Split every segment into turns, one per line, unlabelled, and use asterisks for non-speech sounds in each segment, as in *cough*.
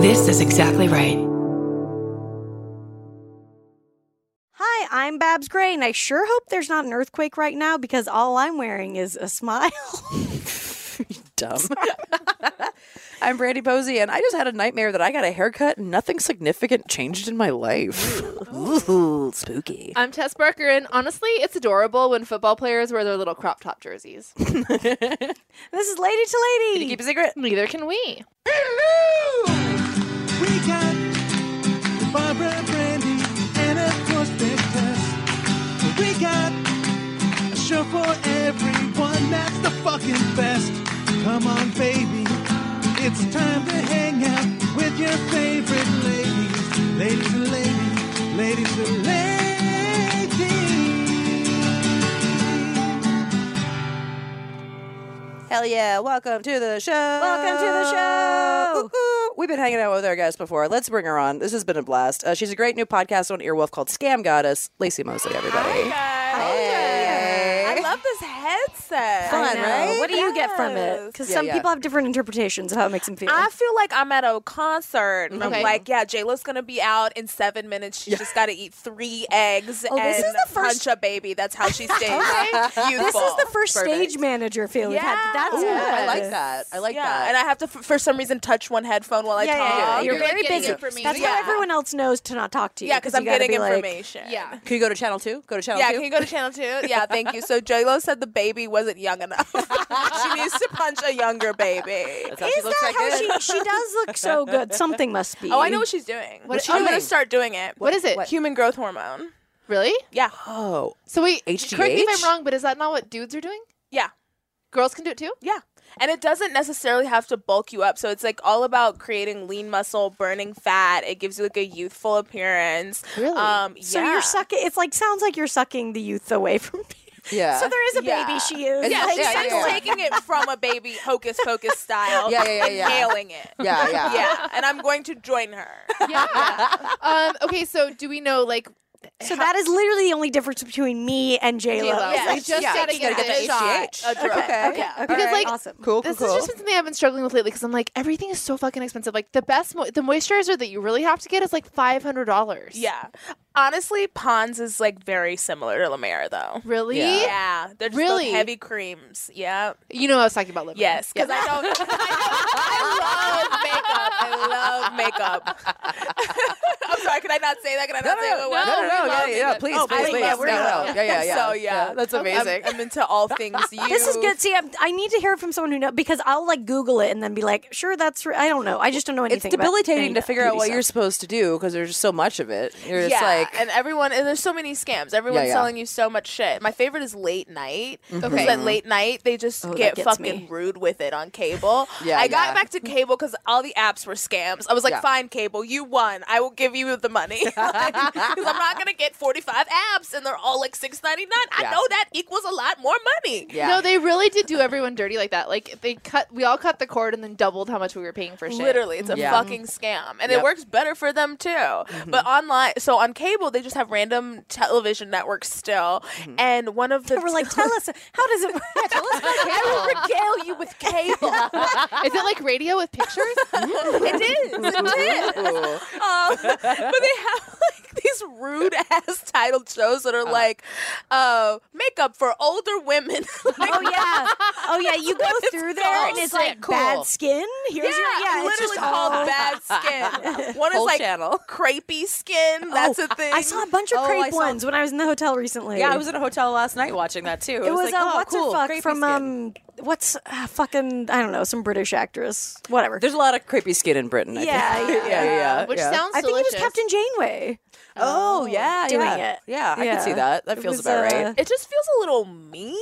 This is exactly right.
Hi, I'm Babs Gray, and I sure hope there's not an earthquake right now because all I'm wearing is a *laughs* smile.
Dumb. *laughs* I'm Brandy Posey, and I just had a nightmare that I got a haircut and nothing significant changed in my life. *laughs* Ooh, *laughs* spooky.
I'm Tess Barker, and honestly, it's adorable when football players wear their little crop top jerseys.
this is Lady to Lady.
*laughs* Keep a secret.
Neither can we.
We got Barbara Brandy and of course Big Tess. We got a show for everyone that's the fucking best. Come on, baby. It's time to hang out with your favorite ladies. Ladies and ladies, ladies and ladies.
Hell yeah. Welcome to the show.
Welcome to the show.
Ooh, ooh. We've been hanging out with our guest before. Let's bring her on. This has been a blast. Uh, she's a great new podcast on Earwolf called Scam Goddess. Lacey Mosley, everybody.
I love this headset.
Fun, right?
What do you get from it?
Yes.
Because
Yeah,
some
yeah.
people have different interpretations of how it makes them feel.
I feel like I'm at a concert. And
Okay.
I'm like, yeah, JLo's gonna be out in seven minutes. She's just gotta eat three eggs
Oh,
and
this is the first-
punch a baby. That's
*laughs*
how she stays. Youthful.
this is the first stage manager feel we've had.
Yeah.
That's
Ooh,
good.
I like that. I like
yeah,
that.
and I have to, f- for some reason, touch one headphone while I
Yeah,
talk.
yeah, yeah. You're,
You're,
very
like, getting
busy.
it for me.
That's
Yeah.
how everyone else knows to not talk to you.
yeah, because I'm
you gotta
getting
be like-
information.
Yeah.
Can you go to channel two? Go to channel
Yeah,
two.
can you go to channel two? Yeah, thank you.
*laughs*
So J Lo said the baby wasn't young enough. she needs to punch a younger baby.
That's how she
is
looks
that
like
how
this.
she? She does look so good. Something must be.
Oh, I know what she's doing.
What is she
I'm gonna
doing?
start doing it.
What is it?
Human growth hormone.
Really?
Yeah,
Oh,
So wait, correct me if
HGH?
I'm wrong, but is that not what dudes are doing?
yeah,
Girls can do it too?
yeah. And it doesn't necessarily have to bulk you up. So it's like all about creating lean muscle, burning fat. It gives you like a youthful appearance.
Really?
Um,
So
yeah.
you're sucking. It's like sounds like you're sucking the youth away from me.
yeah.
So there is a
Yeah.
baby. She is.
Yeah,
Yeah,
like,
yeah,
she's
yeah.
taking it from a baby hocus pocus style
Yeah, yeah, yeah,
and
yeah.
nailing it.
yeah, *laughs* yeah,
Yeah, and I'm going to join her.
*laughs* Yeah. um, okay, so do we know like
So that is literally the only difference between me and J
J-Lo?
Lo.
Yeah.
We just
Yeah,
gotta
you
get,
gotta get the
this shot.
HGH.
A drug.
Okay.
Okay.
Yeah.
Because,
Alright,
like,
awesome.
Cool, cool,
This
cool.
has just been something I've been struggling with lately because I'm like everything is so fucking expensive. Like the best, mo- the moisturizer that you really have to get is like five hundred dollars.
Yeah. Honestly, Pond's is like very similar to La Mer though.
Really?
Yeah.
Yeah, they're just
Really?
really heavy creams. Yeah.
You know I was talking about lip.
Yes, because I don't. I, don't I love makeup. I love makeup. *laughs* I'm sorry. Could I not say that? Could I
No,
not
no,
say
no,
what
no, no,
it was?
no, yeah,
we
yeah,
love it.
please,
Oh,
please,
I
please.
love
No,
it.
no, yeah, yeah, yeah.
So yeah,
that's
I'm-
amazing.
I'm, into all things you.
This is good. See, I'm, I need to hear from someone who knows because I'll like Google it and then be like, sure, that's. r I don't know. I just don't know
it's
anything. about
debilitating
any
to figure out
beauty
what you're
stuff.
supposed to do because there's so much of it. You're just
yeah,
like,
and everyone and there's so many scams. Everyone's
yeah. Mm-hmm.
selling you so much shit. My favorite is late night. Because
Okay.
at late night they just
Oh, that
get
gets
fucking
me.
rude with it on cable.
*laughs* Yeah,
I got
yeah.
back to cable because all the apps were scams. I was like,
Yeah.
fine, cable, you won. I will give you
*laughs*
the money *laughs* because I'm not gonna get 45 apps and they're all like 6.99. I
Yeah.
know that equals a lot more money.
yeah.
No, they really did do everyone dirty like that. Like they cut, we all cut the cord and then doubled how much we were paying for shit.
Literally, it's a
Yeah.
fucking scam, and
Yep. Mm-hmm.
it works better for them too. But online, so on cable, they just have random television networks still,
Mm-hmm.
and one of the
We're like,
*laughs*
tell us how does it. work?
I will regale you with cable.
Is it like radio
*laughs*
with pictures?
*laughs* it is. It is.
Ooh.
Um, but they have like these rude ass titled shows that are like uh, makeup for older women. *laughs* Like,
*laughs* oh yeah, oh yeah. You go through there and it's like
Cool.
bad skin. Here's
Yeah,
your yeah. it's
it's literally
just
called
all-
bad skin. One is
Whole
like
channel.
crepey skin. That's a thing.
Oh, I saw a bunch of
Oh, I
crepe
saw-
ones when I was in the hotel recently.
Yeah, I was at a hotel last night watching that too.
It was,
like,
uh,
oh,
what's
cool,
her fuck
crepey
from
skin.
um what's uh, fucking I don't know some British actress whatever.
There's a lot of creepy skin in Britain. I
Yeah,
think.
yeah.
*laughs* yeah, yeah.
Which
yeah.
sounds
I think
delicious.
it was Captain Janeway.
Oh, yeah,
doing
yeah.
it.
Yeah, I
Yeah.
can see that. That
It
feels
was,
about
uh,
right.
it just feels a little mean.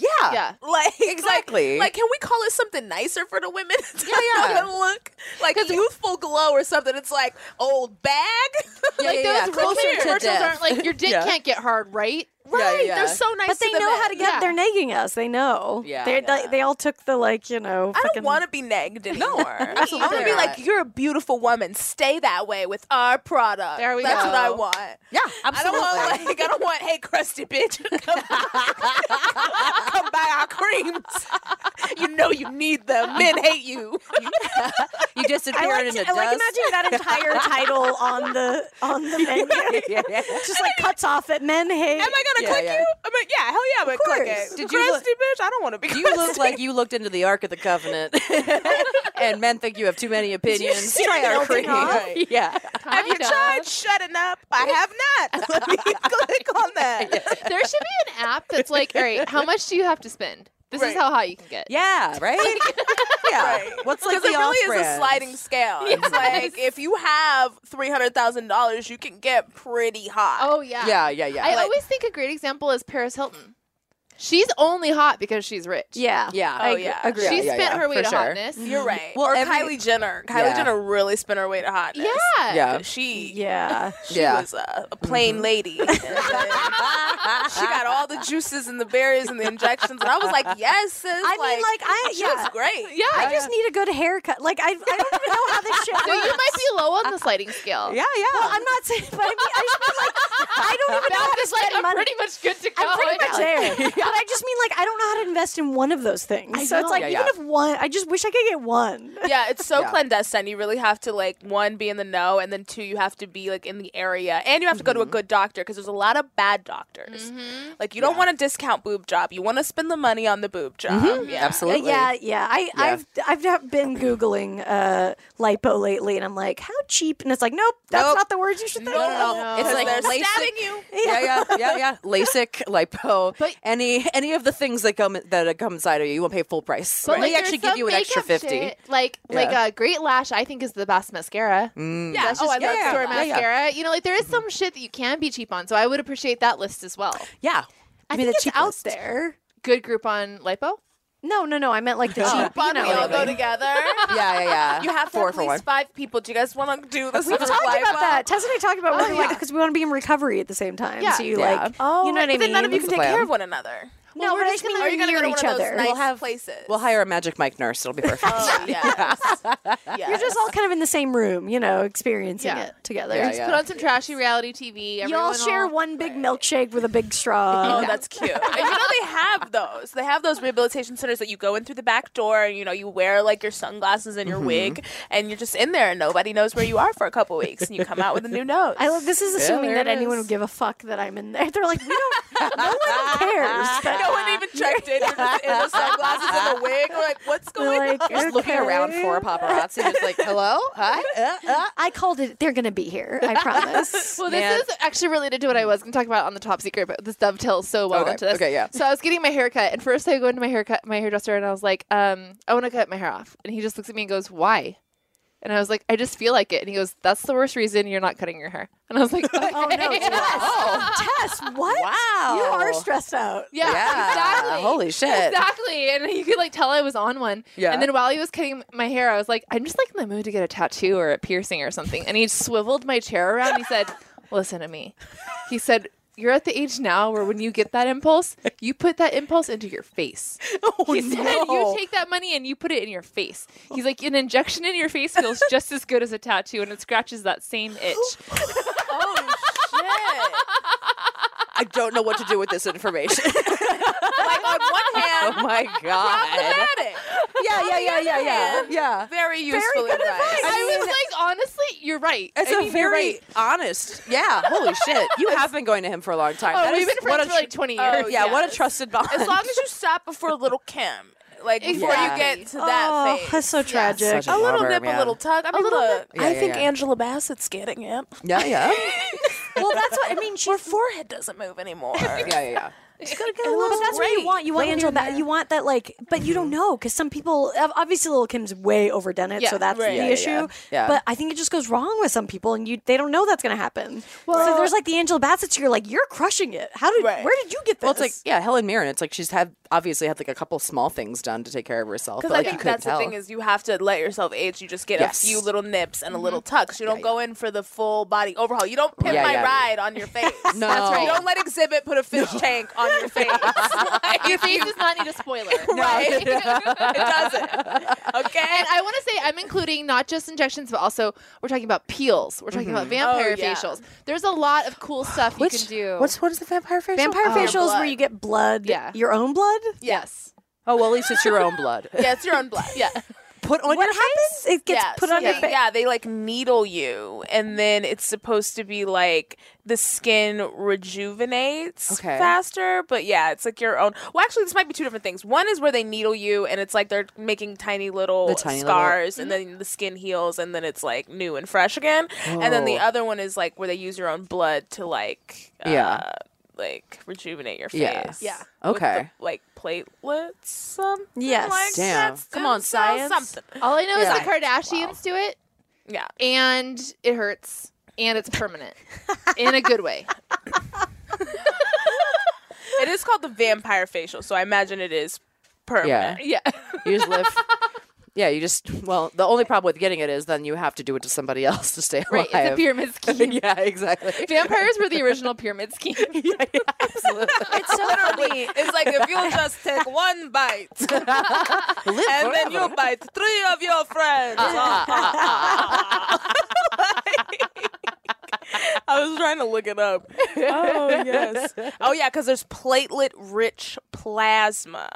Yeah, *laughs*
Yeah.
Like
Exactly.
Like, like, can we call it something nicer for the women? *laughs* to
Yeah, yeah.
look like youthful glow or something. It's like old bag. *laughs*
Yeah,
like
yeah, yeah.
those
Closer
radio
to
commercials
death.
aren't like your dick
Yeah.
can't get hard, right?
Yeah,
Right,
yeah.
they're so nice.
But they
to the
know how to
men.
get.
Yeah.
They're nagging us. They know.
Yeah.
They're, They they all took the like you know.
I
fucking-
don't want to be *laughs* nagged anymore. I want to
absolutely
be
not.
like, you're a beautiful woman. Stay that way with our product.
There we
That's
go.
what I want.
Yeah,
I don't
absolutely.
want like I don't want hey crusty bitch *laughs* come, come *laughs* buy our creams. you know you need them. Men hate you.
you *laughs* You disappeared
I like,
in the
I like
dust.
imagining that
*laughs*
entire title on the on the menu.
*laughs*
*laughs*
yeah.
It just like cuts off at men. Hey,
Am I gonna
Yeah,
click
yeah.
you? I'm like, yeah, hell yeah, I'm gonna click
course.
Did
it. Did
you
you
look-
bitch? I don't want to *laughs* be.
You look like you looked into the Ark of the
*laughs*
Covenant, and men think you have too many opinions.
see
Try
the
our
melting
cream. *laughs*
off?
Yeah.
Have you
Kinda. *laughs*
tried shutting up? I have not. *laughs* Let me click on *laughs* that.
There should be an app that's like, all right, how much do you have to spend? This is
Right.
how high you can get.
Yeah. Right. Yeah.
*laughs* Right.
What's like
Because
the
it really is a
off-brand?
sliding scale. *laughs* It's like if you have three hundred thousand dollars, you can get pretty hot.
Oh yeah.
Yeah. Yeah. Yeah.
I
Like-
always think a great example is Paris Hilton. She's only hot because she's rich.
yeah,
yeah.
Oh,
agree-
yeah.
agree.
she
Yeah,
spent
yeah,
her way
for
to
sure.
hotness.
You're right.
Well,
or
every-
Kylie Jenner. Kylie
Yeah.
Jenner really spent her way to hotness.
Yeah.
Yeah.
She
yeah.
*laughs*
She
Yeah.
was a, a plain lady. And she got all the juices and the berries and the injections, and I was like, "Yes, sis."
I mean, like I,
she
yeah,
looks great.
Yeah.
I just need a good haircut. Like I, I don't even know how this shit
*laughs*
so you
works.
might be low on the sliding scale.
Yeah. Yeah.
Oh. Well, I'm not saying, but I mean, I just mean like I don't
*laughs*
even know how to spend
I'm
money.
pretty much good to go.
I'm pretty much
Yeah.
*laughs*
there, but I just mean like I don't know how to invest in one of those things.
I
so
know.
it's like
Yeah,
even
yeah.
if one, I just wish I could get one.
Yeah, it's so
Yeah.
clandestine. You really have to like one be in the know, and then two you have to be like in the area, and you have to go to a good doctor because there's a lot of bad doctors. Like you don't want a discount boob job. You want to spend the money on the boob job. Um, Yeah.
Uh,
Mm-hmm. Absolutely.
Yeah, yeah. I, I've I've not been googling uh, lipo lately, and I'm like, how cheap? And it's like, nope, that's
Nope.
not the words you should think.
No, no,
of.
no.
No.
It's like
they're
LASIK.
stabbing you.
Yeah, yeah, yeah,
*laughs*
yeah. LASIK, lipo,
But-
any any of the things that come that come inside of you, you won't pay full price.
*laughs* But
Right?
like,
they actually
there's
give you an
some
extra
makeup
fifty.
shit, Like like
Yeah.
a great lash, I think is the best mascara.
Mm.
Yeah.
That's
oh,
just
I love
drugstore
yeah,
yeah, yeah.
mascara. You know, like there is some shit that you can be cheap on, so I would appreciate that list as well.
yeah.
I
Give me
think
the
it's out
cheapest.
there. Good group on lipo.
No, no, no. I meant like the
Oh.
cheap. You
Fun,
know,
we all
like-
go together.
Yeah, yeah, yeah.
*laughs* You have to
four
have
for
at
one.
least five people. Do you guys want to do this?
we talked about that. Tess and I talked about
Oh,
wanting, like
yeah.
because we want to be in recovery at the same time.
Yeah.
So you
Yeah.
like,
Oh,
you know what I mean?
but Then none of you can
That's the
take
plan.
care of one another.
no, but I just mean
Are you gonna
near
go to one
each
of those
other.
nice places?
We'll hire a magic mic nurse. It'll be perfect.
*laughs*
Oh, *laughs* yes. yes.
You're just all kind of in the same room, you know, experiencing
Yeah.
it together.
Yeah,
Just put on some trashy reality TV.
You all
everyone
share one big milkshake with a big straw.
*laughs* Oh, that's cute. And you know they have those. They have those rehabilitation centers that you go in through the back door and you know you wear like your sunglasses and your wig and you're just in there and nobody knows where you are for a couple weeks and you come out with a new nose.
I love. This is assuming
there
that
it
anyone
is.
would give a fuck that I'm in there. *laughs* They're like, we don't. no one cares. that-
*laughs* no one even checked in. You're just in the sunglasses and the wig. We're like, what's going
They're like,
on?
Just looking around for a
"Okay."
paparazzi, just like, hello, hi, uh, uh.
I called it. They're gonna be here. I
*laughs*
promise. *laughs*
Well, this
Man.
is actually related to what I was going to talk about on the top secret, but this dovetails so well
Okay,
into this.
okay, yeah.
So I was getting my haircut, and first I go into my haircut, my hairdresser, and I was like, um, "I want to cut my hair off," and he just looks at me and goes, "Why?" And I was like, "I just feel like it," and he goes, "That's the worst reason you're not cutting your hair." And I was like, *laughs*
oh no,
"Okay."
Tess. Tess, what?
Wow.
You are stressed out.
Yeah,
Yeah.
exactly.
Holy shit.
Exactly. And you could like tell I was on one.
Yeah.
And then while he was cutting my hair, I was like, I'm just like in the mood to get a tattoo or a piercing or something. And he swiveled my chair around.
*laughs*
He said, Listen to me. He said, You're at the age now where when you get that impulse, you put that impulse into
*laughs*
your face.
*laughs*
*laughs*
Oh,
He said, You take that money and you put it in your face. He's like, An injection in your face feels just as good as a tattoo and it scratches
*gasps*
that same itch.
Oh, shit.
I don't know what to do with this information.
Like, on one
*laughs* oh
hand,
my god.
problematic.
Yeah, yeah, yeah, yeah, yeah,
hand,
yeah.
Very useful advice.
I, was like, honestly, you're right.
It's
I
a
mean, you're
very
right.
honest. Yeah. Holy shit. You have been going to him for a long time.
Oh,
That
we've
is-
been
what
friends
a
for like 20 years.
Oh,
tr- yeah, What a
yes.
trusted bond.
As
*laughs*
long *laughs* as you stop before little Kim, like before
Yeah.
you get to that
oh,
phase.
that's so tragic.
Such
a little
bummer,
nip,
man.
a little tug. I mean,
little
look,
bit. Yeah,
I
yeah,
think
yeah.
Angela Bassett's getting it.
Yeah, yeah.
well, that's what I mean. She
Her forehead doesn't move *laughs* anymore.
yeah, yeah, yeah.
but that's what you want. You want Angela. Ba- you want that, like, but you don't know because some people ob- obviously Lil Kim's way overdone it,
Yeah,
so that's
right.
the
Yeah,
yeah,
issue.
yeah. Yeah.
But I think it just goes wrong with some people, and you they don't know that's going to happen. so there's like the Angela Bassett. You're like, you're crushing it. How did?
Right.
Where did you get this?
Well, it's like yeah, Helen Mirren. It's like she's had obviously had like a couple small things done to take care of herself.
Because
but, like, you
I think
couldn't
that's
tell.
the thing is you have to let yourself age. You just get
Yes.
a few little nips and a little tucks. You don't go in for the full body overhaul. You don't pin
Yeah,
my
yeah.
ride
*laughs*
on your face.
No.
That's right. You don't let Exhibit put a fish tank on your face.
*laughs*
*laughs*
Like,
Your face does not need a spoiler.
right? it doesn't.
*laughs*
Okay.
And I want to say I'm including not just injections, but also we're talking about peels. We're talking about vampire
Oh, yeah.
facials. There's a lot of cool stuff you can do.
What's what is the vampire facial?
vampire
oh.
facials
blood.
where you get blood.
Yeah.
Your own blood.
yes.
Oh well, at least it's your own blood.
Yeah, it's your own blood.
Yeah.
put on
what
your
happens? It gets
yeah,
put
so
on your
they-
face.
Yeah, they like needle you, and then it's supposed to be like the skin rejuvenates
Okay.
faster. But yeah, it's like your own. Well, actually, this might be two different things. One is where they needle you, and it's like they're making tiny little
The tiny little- Mm-hmm.
scars, and then the skin heals, and then it's like new and fresh again. And then the
Oh.
other one is like where they use your own blood to like uh,
Yeah.
like rejuvenate your face.
Yeah.
Yeah.
With the,
Okay.
like platelets, something.
Yes.
like
Damn.
that,
Come on,
stem cell
science.
Something.
All I know
Yeah.
is the Kardashians do it,
Yeah.
and it hurts, and it's permanent, in a good way.
It is called the vampire facial, so I imagine it is permanent.
Yeah.
You just live. yeah, you just. Well, the only problem with getting it is then you have to do it to somebody else to stay
*laughs* Right.
alive.
It's a
*laughs*
pyramid scheme.
yeah, exactly.
Vampires were the original pyramid scheme.
yeah, *laughs* yeah, absolutely.
*laughs* It's so funny.
It's like if you just take one *laughs* bite
Live
and then you
forever.
bite three of your friends. uh, *laughs* I was trying to look it up. Oh yes. Oh yeah, because there's platelet-rich plasma,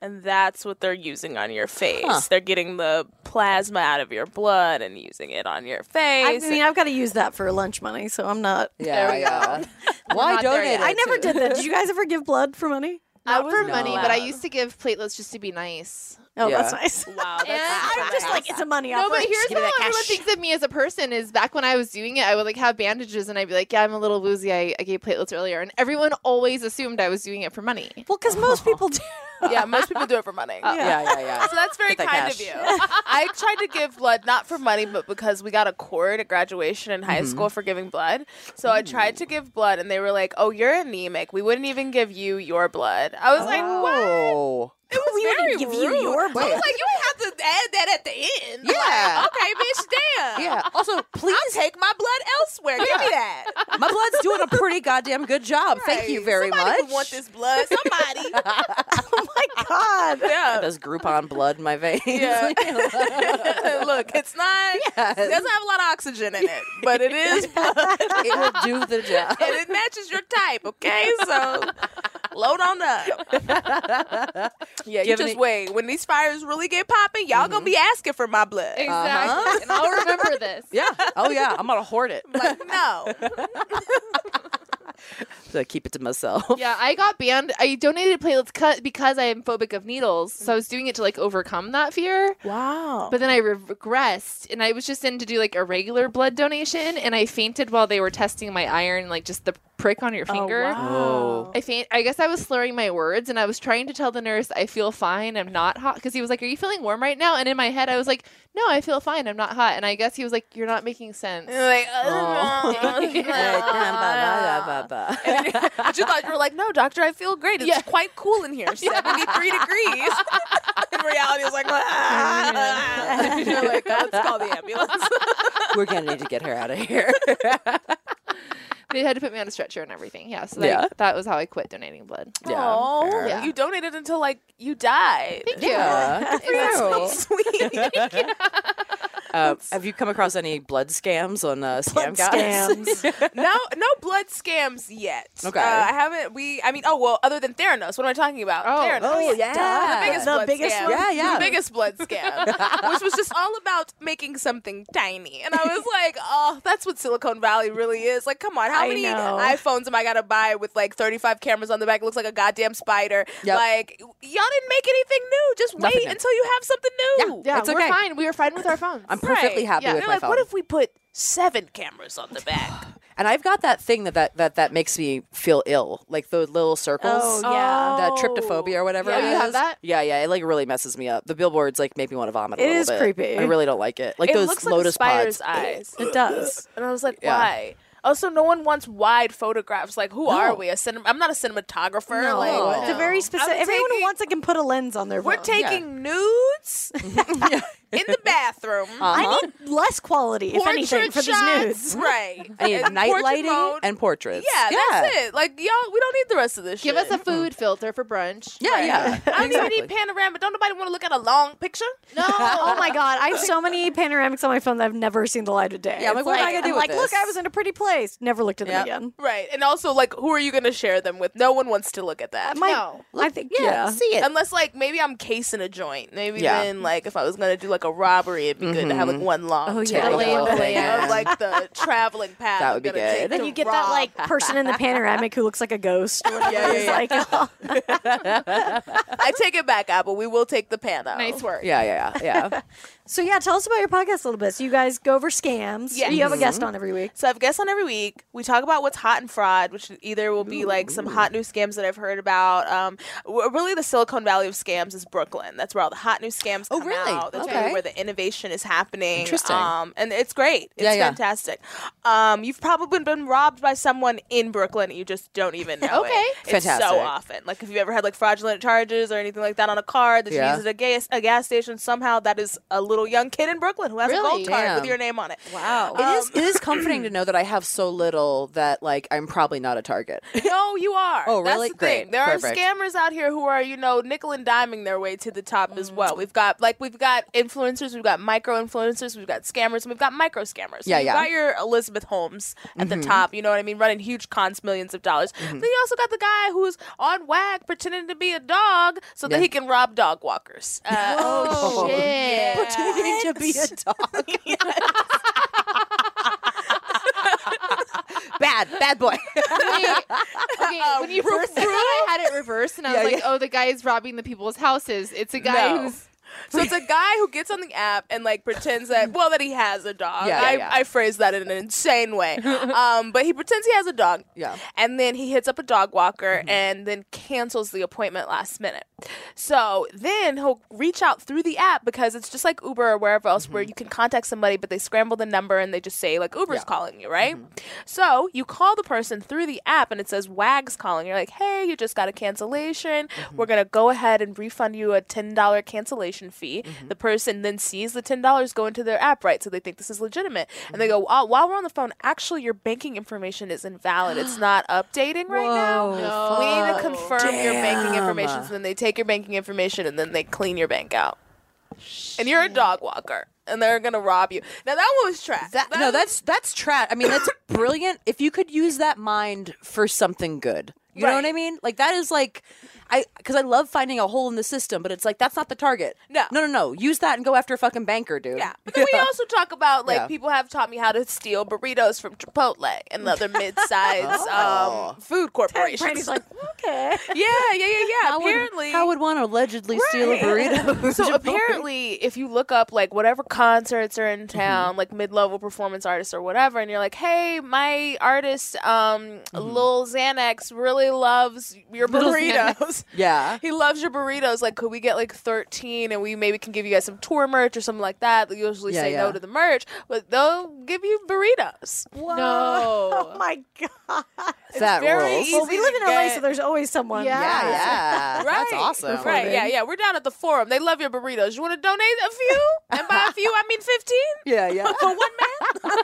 and that's what they're using on your face. They're getting the plasma out of your blood and using it on your
I
face.
mean, I've got to use that for lunch money, so I'm not.
Yeah, yeah. Why
not there
donate?
yet.
it
I never
to-
did that. Did you guys ever give blood for money?
Not for money, but I
allowed.
used to give platelets just to be nice.
Oh,
Yeah.
that's nice.
wow, that's
And-
I'm just like it's a money.
No, but
operation.
here's how everyone thinks of me as a person is back when I was doing it, I would like have bandages and I'd be like, yeah, I'm a little woozy. I, I gave platelets earlier. And everyone always assumed I was doing it for money.
Well, because
*laughs*
most people do. *laughs*
yeah. Most people do it for
*laughs*
money.
Yeah, yeah,
*laughs*
yeah.
So that's very
Get that
kind
cash.
of you. I tried to give blood not for money, but because we got a cord at graduation in
Mm-hmm.
high school for giving blood. So I tried to give blood, and they were like, "Oh, you're anemic. We wouldn't even give you your blood." I was like, "What?"
Oh.
It was
We
very
wouldn't give you
rude.
your
I
blood.
was like, "You would have to add that at the end." Like,
Yeah.
okay, bitch. Damn.
Yeah. Also, please,
I'll take my blood elsewhere. Give me that.
my blood's doing a pretty goddamn good job. Thank you
Right.
very
Somebody
much.
would want this blood.
*laughs*
Somebody.
Oh my god.
yeah.
There's Groupon blood in my veins.
Yeah. *laughs* Look, it's not.
Yes.
It doesn't have a lot of oxygen in it, but it is
*laughs* *laughs* it will do the
*laughs*
job.
and it matches your type. Okay, so load on up. Yeah, you
Giving
just
it-
wait. When these fires really get popping, y'all gonna be asking for my blood.
Exactly. And I'll remember this.
Yeah. Oh yeah. I'm gonna hoard it.
Like, no.
So I keep it *laughs* to myself.
*laughs*
*laughs*
Yeah, I got banned. I donated platelets cut because I am phobic of needles. So I was doing it to like overcome that fear.
*laughs* Wow.
But then I re- regressed and I was just in to do like a regular blood donation and I fainted while they were testing my iron, like just the prick on your finger.
Oh.
I faint. I guess I was slurring my words, and I was trying to tell the nurse I feel fine. I'm not hot because he was like, "Are you feeling warm right now?" And in my head, I was like, "No, I feel fine. I'm not hot." And I guess he was like, "You're not making sense."
like, oh. *laughs* but you thought you were like, no, doctor, I feel great. It's
Yeah.
quite cool in here, seventy-three degrees. *laughs* in reality, it's like, ah. *laughs* you're like, let's call the ambulance.
*laughs* We're gonna need to get her out of
*laughs*
here.
They had to put me on a stretcher and everything. Yeah, so like,
Yeah.
that was how I quit donating blood.
Oh,
fair.
Yeah.
you donated until like you died.
Thank
Yeah.
you. Exactly.
*laughs* Sweet.
Uh, have you come across any blood scams on uh,
Blood
scam guys?
scams.
no, no blood scams yet.
Okay.
uh, I haven't. We, I mean, oh well, other than Theranos, what am I talking about?
Oh.
Theranos.
Oh, yeah.
The biggest
The
blood
biggest
scam.
one?
Yeah, yeah.
The biggest blood
*laughs*
scam, which was just all about making something tiny, and I was like, oh, that's what Silicon Valley really is. Like, come on, how
I
many
know.
iPhones am I gotta buy with like 35 cameras on the back? It looks like a goddamn spider.
Yep.
Like, y'all didn't make anything new. Just wait
Nothing new.
until you have something new.
Yeah,
It's
we're
okay.
fine. We were fine with our phones.
I'm perfectly
Right.
happy
Yeah.
with
They're
my
like,
phone.
what if we put seven cameras on the back?
*laughs* and I've got that thing that that, that that makes me feel ill, like those little circles.
Oh, yeah.
That tryptophobia or whatever.
Yeah.
it
Oh, you have
is.
that?
Yeah, yeah. It like really messes me up. The billboards like make me want to vomit. a
It
little
is
bit.
creepy.
I really don't like it. Like
it
those
looks
lotus
like a spider's
pods.
eyes.
*clears throat* It does.
And I was like,
Yeah.
why? Also, no one wants wide photographs. Like, who
No.
are we? A cinem- I'm not a cinematographer. like,
it's a very specific.
I'm
Everyone who
taking-
wants it can put a lens on their.
we're
phone.
taking nudes
*laughs*
*laughs* in the bathroom.
Uh-huh.
I need less quality, Uh, if anything, for these
shots.
nudes.
*laughs* Right.
I need
And
night
portrait
lighting
mode.
and portraits.
yeah,
yeah.
that's it. Like, y'all, we don't need the rest of this
Give us
shit.
a food filter for brunch.
Hmm. Yeah, yeah.
I don't
exactly.
even need panorama. Don't nobody want to look at a long picture?
No. oh my god, I have so many panoramics on my phone that I've never seen the light of day.
Yeah, I'm like,
It's
what am I gonna do
I'm
with
like, look,
this?
I was in a pretty place. Never looked at them
Yep.
again.
Right. And also, like, who are you going to share them with? No one wants to look at that.
My,
No.
I think
Yeah,
yeah.
see it.
Unless like maybe I'm casing a joint. Maybe
Yeah. Mm-hmm.
then like if I was gonna do like like a robbery, it'd be good to have like one long
Oh, yeah.
tail
Lay in the
of
land.
like the traveling path.
That
I'm
would be
gonna take
good.
to
Then you get that
rob.
like person in the panoramic who looks like a ghost. Or whatever.
*laughs* Yeah, yeah,
*laughs* It's
yeah.
like, oh,
I take it back, Apple. We will take the panda.
Nice work.
Yeah, yeah, yeah.
*laughs*
yeah.
So yeah, tell us about your podcast a little bit. So you guys go over scams.
Yes.
You have a
Mm-hmm.
guest on every week.
*laughs* So I've guests on every week. We talk about what's hot and fraud, which either will be like some hot new scams that I've heard about. Um, w- really, the Silicon Valley of scams is Brooklyn. That's where all the hot new scams.
Oh,
come
really?
Out. That's
Okay.
really where the innovation is happening.
Interesting.
Um, and it's great. It's
Yeah, yeah.
fantastic. Um, you've probably been robbed by someone in Brooklyn. and You just
*laughs*
don't even know.
Okay.
It. It's so
Fantastic.
often. Like if you ever had like fraudulent charges or anything like that on a card that
Yeah.
you use at a gas, a gas station, somehow that is a little young kid in Brooklyn who has a
Really?
gold card
Damn.
with your name on it.
Wow.
It is. It is comforting to
Um.
know that I have so little that like I'm probably not a target. *laughs*
*laughs* No, you are.
Oh,
That's
really?
the thing.
Great.
There
Perfect.
are scammers out here who are, you know, nickel and diming their way to the top
Mm.
as well. We've got like we've got influencers, we've got micro influencers, we've got scammers, and we've got micro scammers. So
Yeah, Mm-hmm.
you've
yeah.
got your Elizabeth Holmes at the top, you know what I mean, running huge cons, millions of dollars.
Mm-hmm.
Then you also got the guy who's on wag pretending to be a dog so
Yeah.
that he can rob
*laughs*
dog walkers. Uh, *laughs*
Oh, shit.
Pretending to be a dog. *laughs* bad, bad
*laughs*
boy.
Wait. Okay,
*laughs*
when you first said that, I had it reversed, and I was
Yeah,
like, "Oh, the guy is robbing the people's houses. It's a guy
No.
who's
So it's a guy who gets on the app and like pretends that well that he has a dog.
Yeah, yeah,
I,
yeah.
I phrased that in an
*laughs*
insane way. um, but he pretends he has a dog.
Yeah. Mm-hmm.
And then he hits up a dog walker and then cancels the appointment last minute. So then he'll reach out through the app because it's just like Uber or wherever else where you can contact somebody but they scramble the number and they just say like
Mm-hmm. Yeah.
Uber's
Mm-hmm.
calling you, right? So you call the person through the app and it says Wag's calling. You're like, hey, you just got a cancellation.
Mm-hmm.
We're gonna go ahead and refund you a ten dollar cancellation fee.
Mm-hmm.
The person then sees the ten dollars go into their app, right? So they think this is legitimate, and they
Mm-hmm.
go, oh, while we're on the phone, actually your banking information is invalid.
*gasps*
It's not updating right now. We need to confirm your banking information. So then they take your banking information and then they clean your bank out. And you're a dog walker. And they're gonna rob you. Now that one was trash.
That,
That
no,
was-
that's that's trash. I mean,
*coughs*
that's brilliant. If you could use that mind for something good, you know what I
Right.
mean? Like that is like, I because I love finding a hole in the system, but it's like that's not the target.
No.
no, no, no. Use that and go after a fucking banker, dude.
*laughs* Yeah, but then
*laughs*
we also talk about like
Yeah.
people have taught me how to steal burritos from Chipotle and
*laughs*
other mid-sized
Oh.
um, food
Brandy's
corporations.
like, okay.
yeah, yeah, yeah, yeah. apparently,
how would one allegedly steal a burrito? *laughs*
*laughs* so apparently, if you look up like whatever concerts are
Mm-hmm.
in town, like mid-level performance artists or whatever, and you're like, "Hey, my artist, um,
Mm-hmm.
Lil Xanax, really loves your burritos."
yeah.
*laughs* He loves your burritos. Like, could we get like 13 and we maybe can give you guys some tour merch or something like that? They usually
Yeah,
say
yeah.
no to the merch, but they'll give you burritos.
Oh
no.
my god.
that
very
rules.
easy.
Well, we live in
to
LA, so
get-
there's always someone.
Yeah.
Yeah,
*laughs*
yeah.
Right.
That's awesome.
Right, yeah, yeah. We're down at the forum. They love your burritos. You want to donate a few? and by
*laughs*
a few, I mean 15?
*laughs* Yeah, yeah.
*laughs* For
*laughs*
one man? It's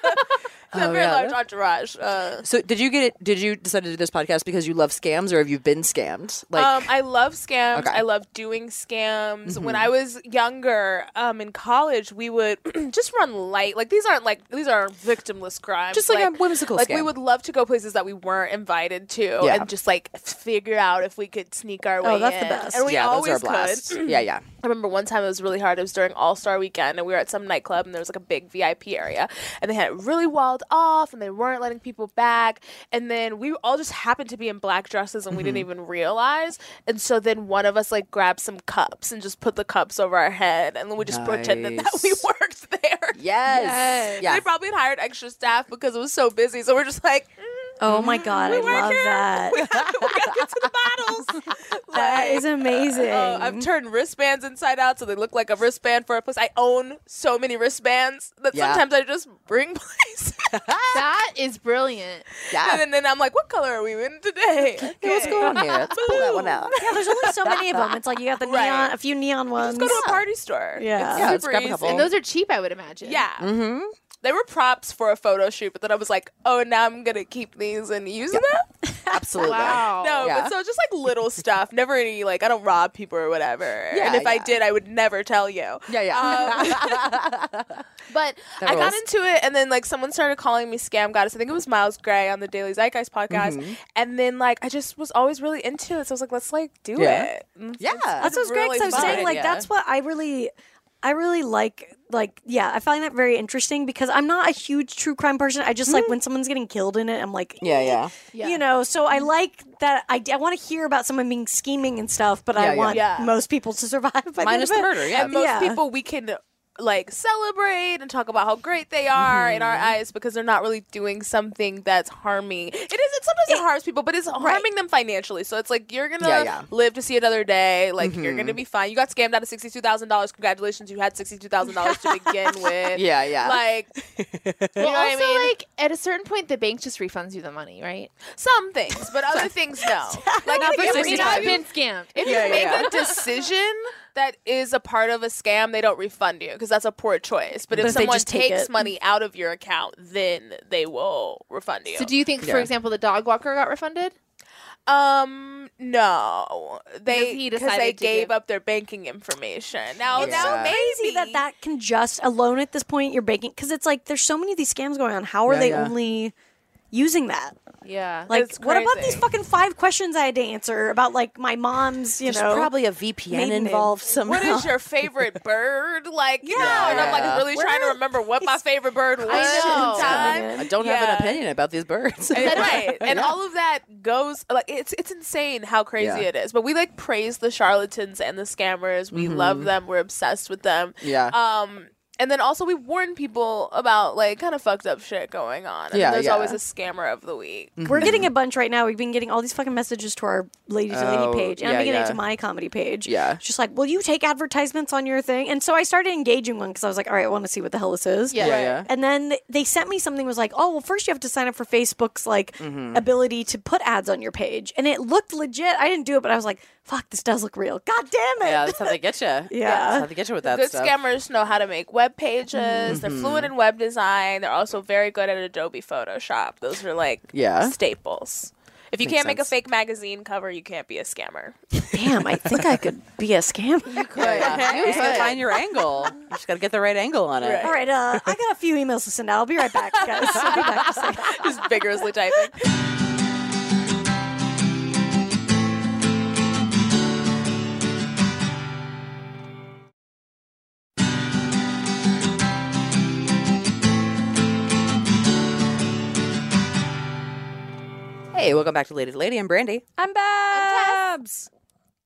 Oh,
a very
yeah.
large entourage. Uh,
So did you get it? Did you decide to do this podcast because you love scams, or have you been scammed? Like,
um, I love scams.
Okay. Mm-hmm.
I love doing scams. When I was younger, um, in college, we would *clears throat* just run light. Like these aren't like these are victimless crimes.
Just like a whimsical
Like we
scam.
would love to go places that we weren't invited to,
Yeah.
and just like figure out if we could sneak our way.
Oh, that's the
in.
best.
And we
yeah, those
always
are a
*clears throat*
blast.
could.
yeah, yeah.
I remember one time it was really hard. It was during All Star Weekend, and we were at some nightclub, and there was like a big VIP area, and they had it really walled off, and they weren't letting people back. And then we all just happened to be in black dresses, and we didn't
Mm-hmm.
even realize. And so then one of us like grabbed some cups and just put the cups over our head, and then we just pretended that we
Nice.
worked *laughs* there.
Yes. Yeah.
They probably had hired extra staff because it was so busy. So we're just like, *laughs*
Oh my god, I
we work
love
here.
that.
we gotta, we gotta get to the bottles.
that is amazing.
Oh, I've turned wristbands inside out so they look like a wristband for a place. I own so many wristbands that
Yeah.
sometimes I just bring *laughs* places.
*laughs*
that is brilliant.
yeah.
and then, then I'm like, what color are we in today?
Hey, what's
Okay.
going on here? Let's pull that one out.
yeah, there's only so many of them. It's like you got the neon,
Right.
a few neon ones.
Let's go to a party store.
Yeah.
It's
Yeah, let's
super
grab a
easy.
couple.
And those are cheap, I would imagine.
Yeah.
Mm-hmm.
They were props for a photo shoot, but then I was like, oh, now I'm going to keep these and use them?
*laughs* Absolutely.
Wow.
No,
Yeah.
but so just like little stuff. Never any, like, I don't rob people or whatever.
Yeah,
and if I
yeah.
did, I would never tell you.
Yeah, yeah.
Um, *laughs*
But
That
I got
rules.
into it, and then like someone started calling me scam goddess. I think it was Miles Gray on the Daily Zeitgeist podcast.
Mm-hmm.
And then like I just was always really into it, so I was like, let's like do
Yeah.
it. And
*laughs* yeah.
That's what's great.
really
Cause I was
fun.
saying, like,
Yeah.
that's what I really. I really like like yeah, I find that very interesting because I'm not a huge true crime person. I just like when someone's getting killed in it, I'm like
Yeah, yeah.
Yeah.
You know, so I like that. I, I want to hear about someone being scheming and stuff, but
Yeah,
I
yeah.
want
Yeah.
most people to survive. *laughs* By
Minus
the, end of
the
it.
murder, yeah.
And most
Yeah.
people we can like celebrate and talk about how great they are in our
Mm-hmm.
eyes because they're not really doing something that's harming. It is. It sometimes it, harms people, but it's harming them financially. So it's like you're gonna
Yeah, yeah. Mm-hmm.
live to see another day. Like you're gonna be fine. You got scammed out of sixty two thousand dollars. Congratulations, you had sixty two thousand dollars
*laughs*
to begin with.
Yeah, yeah.
Like
Well,
You know what I
also,
mean?
like at a certain point, the bank just refunds you the money, right?
some things, but other things no. Like
Not for
if
six
you-
I've
if you
been scammed.
If
Yeah,
you make
yeah.
a decision that is a part of a scam, they don't refund you because that's a poor choice. But if
But if they
someone
just take
takes
it.
money out of your account, then they will refund you.
So do you think, for
Yeah.
example, the dog walker got refunded?
um, no,
Because
they
he
because
decided
they
to
gave
give-
up their banking information. Now,
It's
now
so
maybe
Crazy that that can just alone at this point you're baking because it's like there's so many of these scams going on. How are
Yeah,
they
yeah.
only using that?
yeah,
Like,
it's
what about
crazy.
these fucking five questions I had to answer about like my mom's? You
There's
know,
probably a VPN
maiden name.
involved somehow.
What
*laughs*
is your favorite bird? Like, you know, and I'm
Yeah.
like really trying to remember what my favorite bird was. at the
know.
time.
I don't have an
Yeah.
opinion about these birds. *laughs*
And- right. And all of that goes like it's it's insane how crazy
Yeah.
it is. But we like praise the charlatans and the scammers. We love them. We're obsessed with them.
Mm-hmm. Yeah.
Um and then also we warn people about like kind of fucked up shit going on. And
Yeah,
there's
yeah.
always a scammer of the week.
We're getting a bunch right now. We've been getting all these fucking messages to our Ladies and
Oh,
Lady page, and
yeah,
I'm getting
yeah.
it to my comedy page.
Yeah.
It's just like, will you take advertisements on your thing? And so I started engaging one because I was like, all right, I want to see what the hell this is.
Yeah.
yeah, yeah.
And then th- they sent me something that was like, oh, well, first you have to sign up for Facebook's like
Mm-hmm.
ability to put ads on your page, and it looked legit. I didn't do it, but I was like, fuck, this does look real. God damn it. *laughs*
Yeah, that's how they get you. Yeah, that's how they get you with that
good
stuff. Mm-hmm.
scammers know how to make web pages. They're fluent in web design. They're also very good at Adobe Photoshop. Those are like
Yeah.
staples. If you
Makes
can't make a
sense.
fake magazine cover, you can't be a scammer.
Damn, I think I could be a scammer.
Yeah, you just gotta find your angle. You just gotta get the right angle on
*laughs*
it.
all right, uh, I got a few emails to send out. I'll be right back, *laughs* guys. I'll be back in a second.
*laughs* Just vigorously typing.
Hey, welcome back to Lady to Lady. I'm Brandy.
I'm Babs.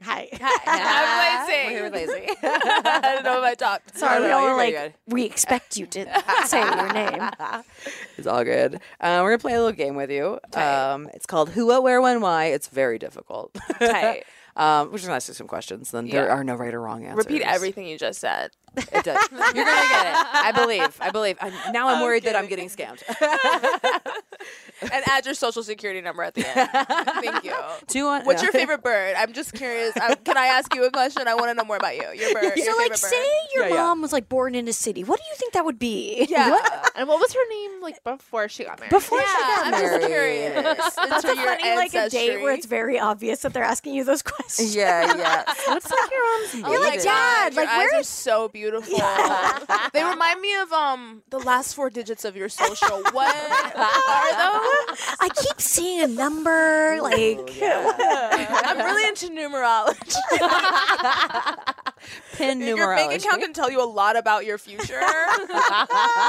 Hi.
I'm
We're here with
lazy.
Lazy.
I don't know if I
*laughs*
talked.
Sorry, we
no,
all
you're
were
good,
like,
you're good.
we expect you to
*laughs*
say your name.
It's all good. Uh, we're gonna play a little game with you. Um, it's called Who, What, Where, When, Why. It's very difficult.
Tight.
*laughs* um, we're just gonna ask you some questions. Then there
Yeah.
are no right or wrong answers.
Repeat everything you just said.
It does. You're gonna get it. I believe. I believe. I'm, now I'm worried that I'm getting scammed.
*laughs* And add your social security number at the
*laughs*
end. Thank you.
Two on,
What's
no.
your favorite bird? I'm just curious. I, can I ask you a question? I want to know more about you. Your bird. your
So, like,
favorite
say
bird.
your
Yeah, yeah.
mom was like born in a city. What do you think that would be?
Yeah.
And what was her name like before she got
*laughs*
married?
Before
Yeah,
she got
I'm
married.
just curious.
That's
into
a
your
funny, like, a
ancestry.
date where it's very obvious that they're asking you those *laughs* questions.
*laughs* Yeah, yeah. What's like
*laughs*
your mom's
You're like,
name?
Dad,
Your
like,
eyes
where
are so beautiful. they remind me of um the last four digits of
*laughs*
your social. What are those?
I keep seeing a number. Like, *laughs*
I'm really into *laughs* numerology.
pin
Your bank account
numerology.
can tell you a lot about
*laughs*
your future.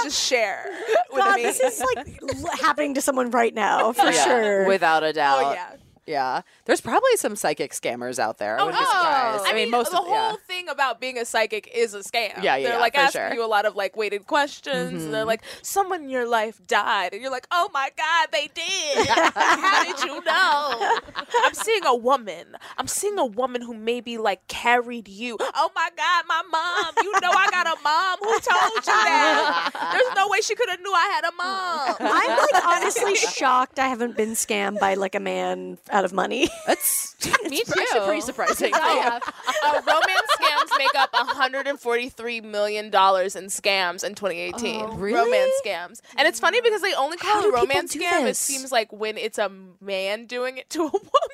Just share with
God,
me.
this is like l- happening to someone right now, for
Yeah,
sure.
Without a doubt.
*laughs* oh yeah. Oh,
Yeah. There's probably some psychic scammers out there. Oh, I wouldn't be surprised.
I mean,
most
the
of
whole thing about being a psychic is a scam.
Yeah, yeah,
They're
yeah,
like
for
asking
sure. Mm-hmm.
you a lot of like weighted questions. And they're like, someone in your life died, and you're like, oh my god, they
*laughs*
did. How did you know? I'm seeing a woman. I'm seeing a woman who maybe like carried you. Oh my god, my mom. You know I got a mom. Who told you that? There's no way she could have knew I had a mom.
I'm like
*laughs*
honestly shocked I haven't been scammed by like a man out of
*laughs*
money. *laughs*
That's
Me too.
actually pretty surprising.
Yeah.
Uh, romance scams make up 143 million dollars in scams in 2018.
Really?
Romance scams, and it's funny because they only call
Oh, do
it a
people
romance
do
scam.
this?
It seems like *laughs* when it's a man doing it to a woman.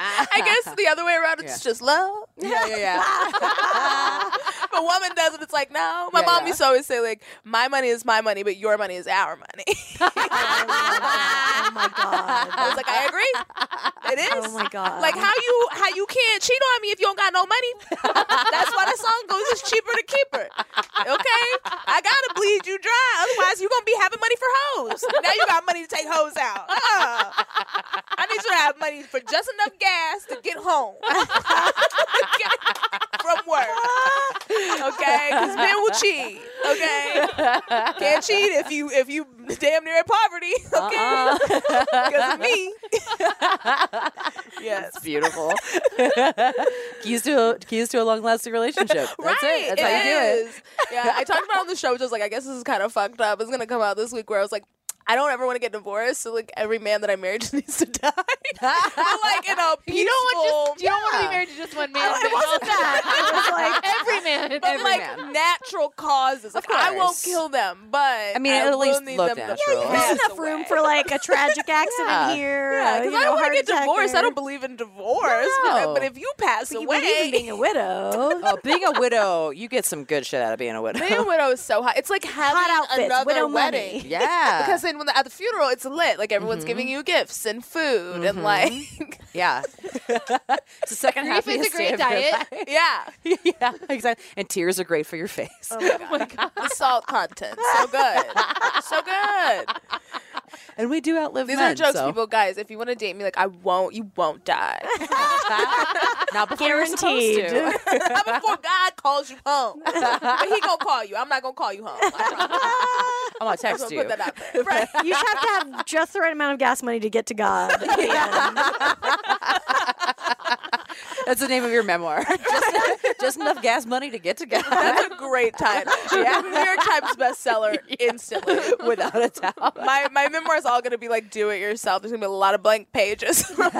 I guess the other way around, it's just love.
Yeah, *laughs* yeah, *laughs*
*laughs*
yeah.
if a woman does it, it's like, no. My
Yeah,
mom
yeah.
used to always say, like, my money is my money, but your money is our money. *laughs*
oh my god.
I was
*laughs*
like, I agree. It is.
Oh my god.
Like how you how you can't cheat on me if you don't got no money. That's why the song goes, it's cheaper to keep her. Okay? I gotta bleed you dry. Otherwise you gonna be having money for hoes. Now you got money to take hoes out. Uh, I need you to have money for just enough gas to get home. *laughs* Okay? From work. Okay? Because men will cheat. Okay? Can't cheat if you if you damn near in poverty. Okay? *laughs* Because of me. yes.
It's beautiful. *laughs* keys to a, keys to a long lasting relationship. That's it. That's how you do it.
is. Yeah, I talked about it on the show, which I was like, I guess this is kind of fucked up. It's gonna come out this week where I was like, I don't ever want to get divorced, so like every man that I married *laughs* just needs to die. but like in a peaceful,
You don't want just you don't want to be married to just one man.
don't- it
but
wasn't
also- *laughs*
*laughs* that.
every man.
but like
man.
natural causes. Like I won't
course.
kill them, but I
mean,
I
at
will
least
need
look
them to
natural. Yeah, you
There's
pass
enough room
away.
for like a
*laughs*
tragic accident
Yeah.
here.
Yeah,
uh,
because
you
I
know,
don't want to
heart
get
attack
divorced. I
there.
don't believe in divorce.
No.
But, but if you pass
You
away,
believe in being a widow.
Oh, being a widow, you get some good shit out of being a widow.
*laughs* being a widow is so hot. It's like having
outfits,
another
widow money.
wedding.
*laughs* yeah.
Because then when the, at the funeral, it's lit. Like everyone's
Mm-hmm.
giving you gifts and food
*laughs*
and like,
*laughs* yeah. it's the second half
Grief is a great
yeah,
*laughs* yeah, exactly. And tears are great for your face.
*laughs* the salt content so good, so good.
and we do outlive
These
men,
are jokes,
so. *laughs*
people. Guys, if you want to date me, like I won't. You won't die. *laughs*
Not before you're supposed
Guaranteed.
*laughs* to.
Not before God calls you home, but He gonna call you. I'm not gonna call you home. I promise.
I'm gonna
I'm
text
gonna
you.
put that out
*laughs*
there. Right.
You just have to have just the right amount of gas money to get to God. And
That's the name of your memoir. *laughs* just, just enough gas money to get together,
That's a great title. Yeah. New York Times bestseller *laughs* instantly.
without a doubt.
my my memoir is all going to be like do it yourself. There's going to be a lot of blank pages. *laughs* like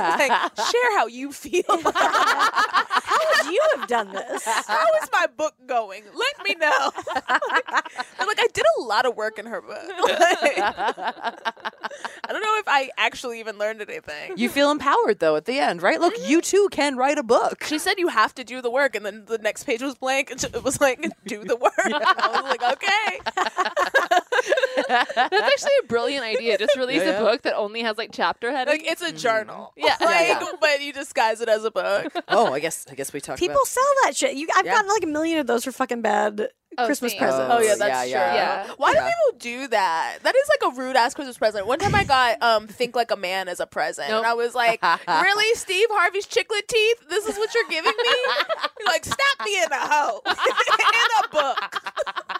share how you feel. *laughs* how
How would you have done this?
is my book going? Let me know. *laughs* I'm like I did a lot of work in her book. *laughs* Like, I don't know if I actually even learned anything.
You feel empowered though at the end, right? Look, you too can write a book.
She said you have to do the work, and then the next page was blank. *laughs* And it was like do the *laughs* work. I was like okay.
That's actually a brilliant idea. Just
*laughs*
release
Yeah, yeah.
a book that only has like chapter headings.
Like it's a journal.
Yeah.
Like,
Yeah, yeah.
but you disguise it as a
*laughs*
book.
Oh, I guess I guess we talked
People
about
sell that shit. You, I've gotten like a million of those for fucking bad
Oh,
Christmas
same.
presents.
Oh yeah,
Yeah,
that's
yeah.
true.
Yeah.
Why
Yeah.
do people do that? That is like a rude ass Christmas present. One time I got um think like a man as a present,
Nope.
and I
*laughs*
was like, really, Steve Harvey's chiclet teeth? This is what you're giving me? You're like, stop being a hoe *laughs* in a book.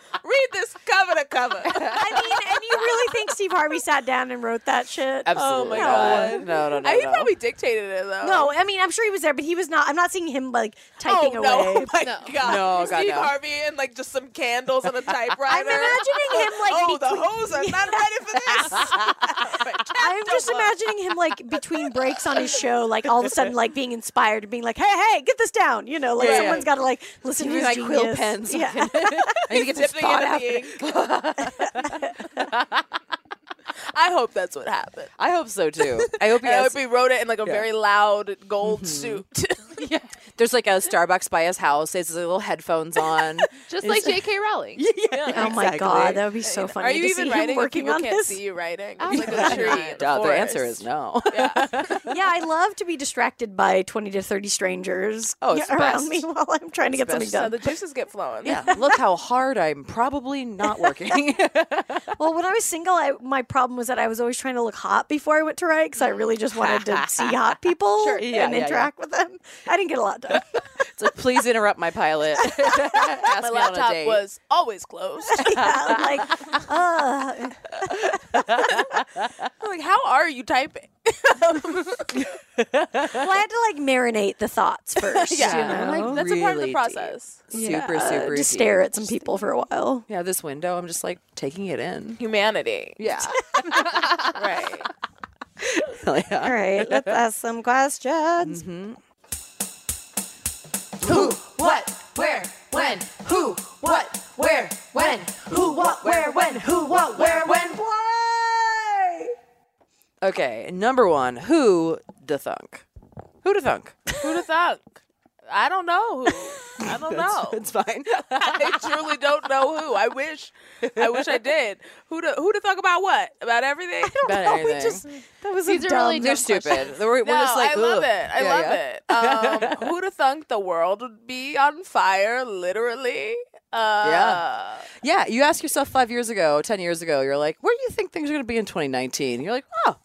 *laughs* Read this cover
*laughs*
to cover. *laughs*
I mean, and you really think Steve Harvey sat down and wrote that
*laughs*
shit?
Absolutely
no.
not. No, no, no.
I, he
no.
probably dictated it though.
No, I mean, I'm sure he was there, but he was not. I'm not seeing him like
Oh
typing
no!
away.
*laughs* Oh my
No.
god!
No, God,
Steve
no.
Harvey and like just some
*laughs*
candles and a typewriter.
I'm imagining him like.
oh, the
between-
hoes are not ready for this. *laughs*
I'm just imagining him like between breaks on his show, like all of a sudden, like being inspired and being like, "Hey, hey, get this down!" You know, like
Yeah, yeah.
someone's got to like listen to
Give me
his
my
genius.
quill pens.
Yeah,
I need to get this
dipping
thought
into
out.
the ink. *laughs* I hope that's what happened.
I hope so too. I
*laughs*
hope you
And I
guys
hope he wrote it in like a very loud gold suit. *laughs*
There's like a Starbucks by his house. He has his little headphones on.
Just like J.K. Rowling.
oh my god, that would be so funny.
Are you
to
even
see
writing?
him
if
working
people
on
can't
this?
see you writing. It's like a
Absolutely
tree.
not.
in the
Duh, the answer
forest.
is no.
*laughs* yeah, I love to be distracted by 20 to 30 strangers *laughs*
Oh, it's the best.
around me while I'm trying to get something
So
done.
the juices get
*laughs*
flowing.
Yeah, look how hard I'm probably not working. *laughs*
Well, when I was single, I, my problem was that I was always trying to look hot before I went to write because I really just wanted to see hot people
Yeah,
and
yeah, yeah.
interact with them. I didn't get a lot done. *laughs*
so please interrupt my pilot. *laughs* Ask
*laughs* My
me on a
laptop
date.
was always closed.
yeah, I'm like, uh,
I'm like, how are you typing?
well, I had to like marinate the thoughts first.
Yeah.
you know?
Like, that's a part of
Really
the process.
super
Uh,
super
just
deep.
stare at some people for a while.
Yeah, this window, I'm just like taking it in.
Humanity. *laughs*
Yeah,
Right.
All right, let's ask some questions.
Who, what, where, when? Who, what, where, when? Who, what, where, when? Who, what, where, when?
Okay, number one, who the thunk? Who the thunk?
Who'd have thunk? I don't know who. I
*laughs*
don't know.
It's fine.
*laughs* I truly don't know who. I wish. I wish I did. Who to who to talk about what about everything?
*laughs* About
Oh, we
anything.
just that was
These
a
are
dumb.
really
They're
dumb
stupid. We're, we're
No,
just like,
I love
"Ugh."
it. I
Yeah,
love
yeah.
it.
*laughs*
Um, who'd have thunk the world would be on fire, literally? Uh,
Yeah. Yeah, you ask yourself five years ago, ten years ago, you're like, where do you think things are going to be in 2019? You're like, oh,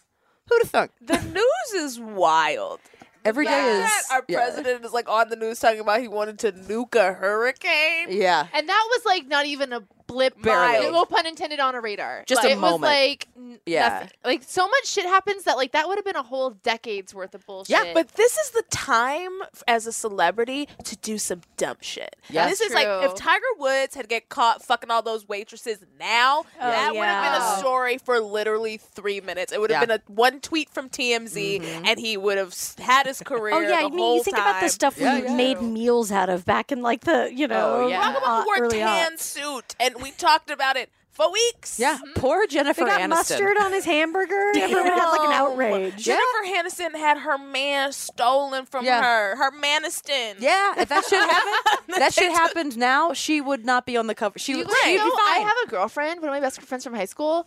who'd have thunk?
The news is wild.
Every day is
That our
yeah.
president is like on the news talking about he wanted to nuke a hurricane.
Yeah,
And that was like not even a blip,
Barely.
no pun intended, on a radar.
Just
Like,
a
it
moment.
was like n-
Yeah.
nothing. Like so much shit happens that like that would have been a whole decade's worth of bullshit.
Yeah, but this is the time f- as a celebrity to do some dumb shit.
Yes.
this is like
True.
if Tiger Woods had get caught fucking all those waitresses now,
Oh,
that would have been
yeah.
a story for literally three minutes. It would have
Yeah. Mm-hmm.
been a one tweet from TMZ, and he would have s- had his career.
Oh yeah,
the
I mean,
whole
you think about the
time.
stuff
Yeah,
we
yeah.
made meals out of back in like the you know
Oh, yeah.
Barack Obama
uh,
wore a
early
tan
aughts.
suit, and we talked about it for weeks.
yeah. Poor Jennifer
They got
Aniston.
mustard on his *laughs* hamburger. Everyone had like an outrage.
Jennifer Aniston had her man stolen from
Yeah.
her. Her Maniston.
Yeah, if that shit
*laughs*
happened, that shit happened now, she would not be on the cover. She
you
would
guys
she'd
know,
be
I
fine.
have a girlfriend, one of my best friends from high school,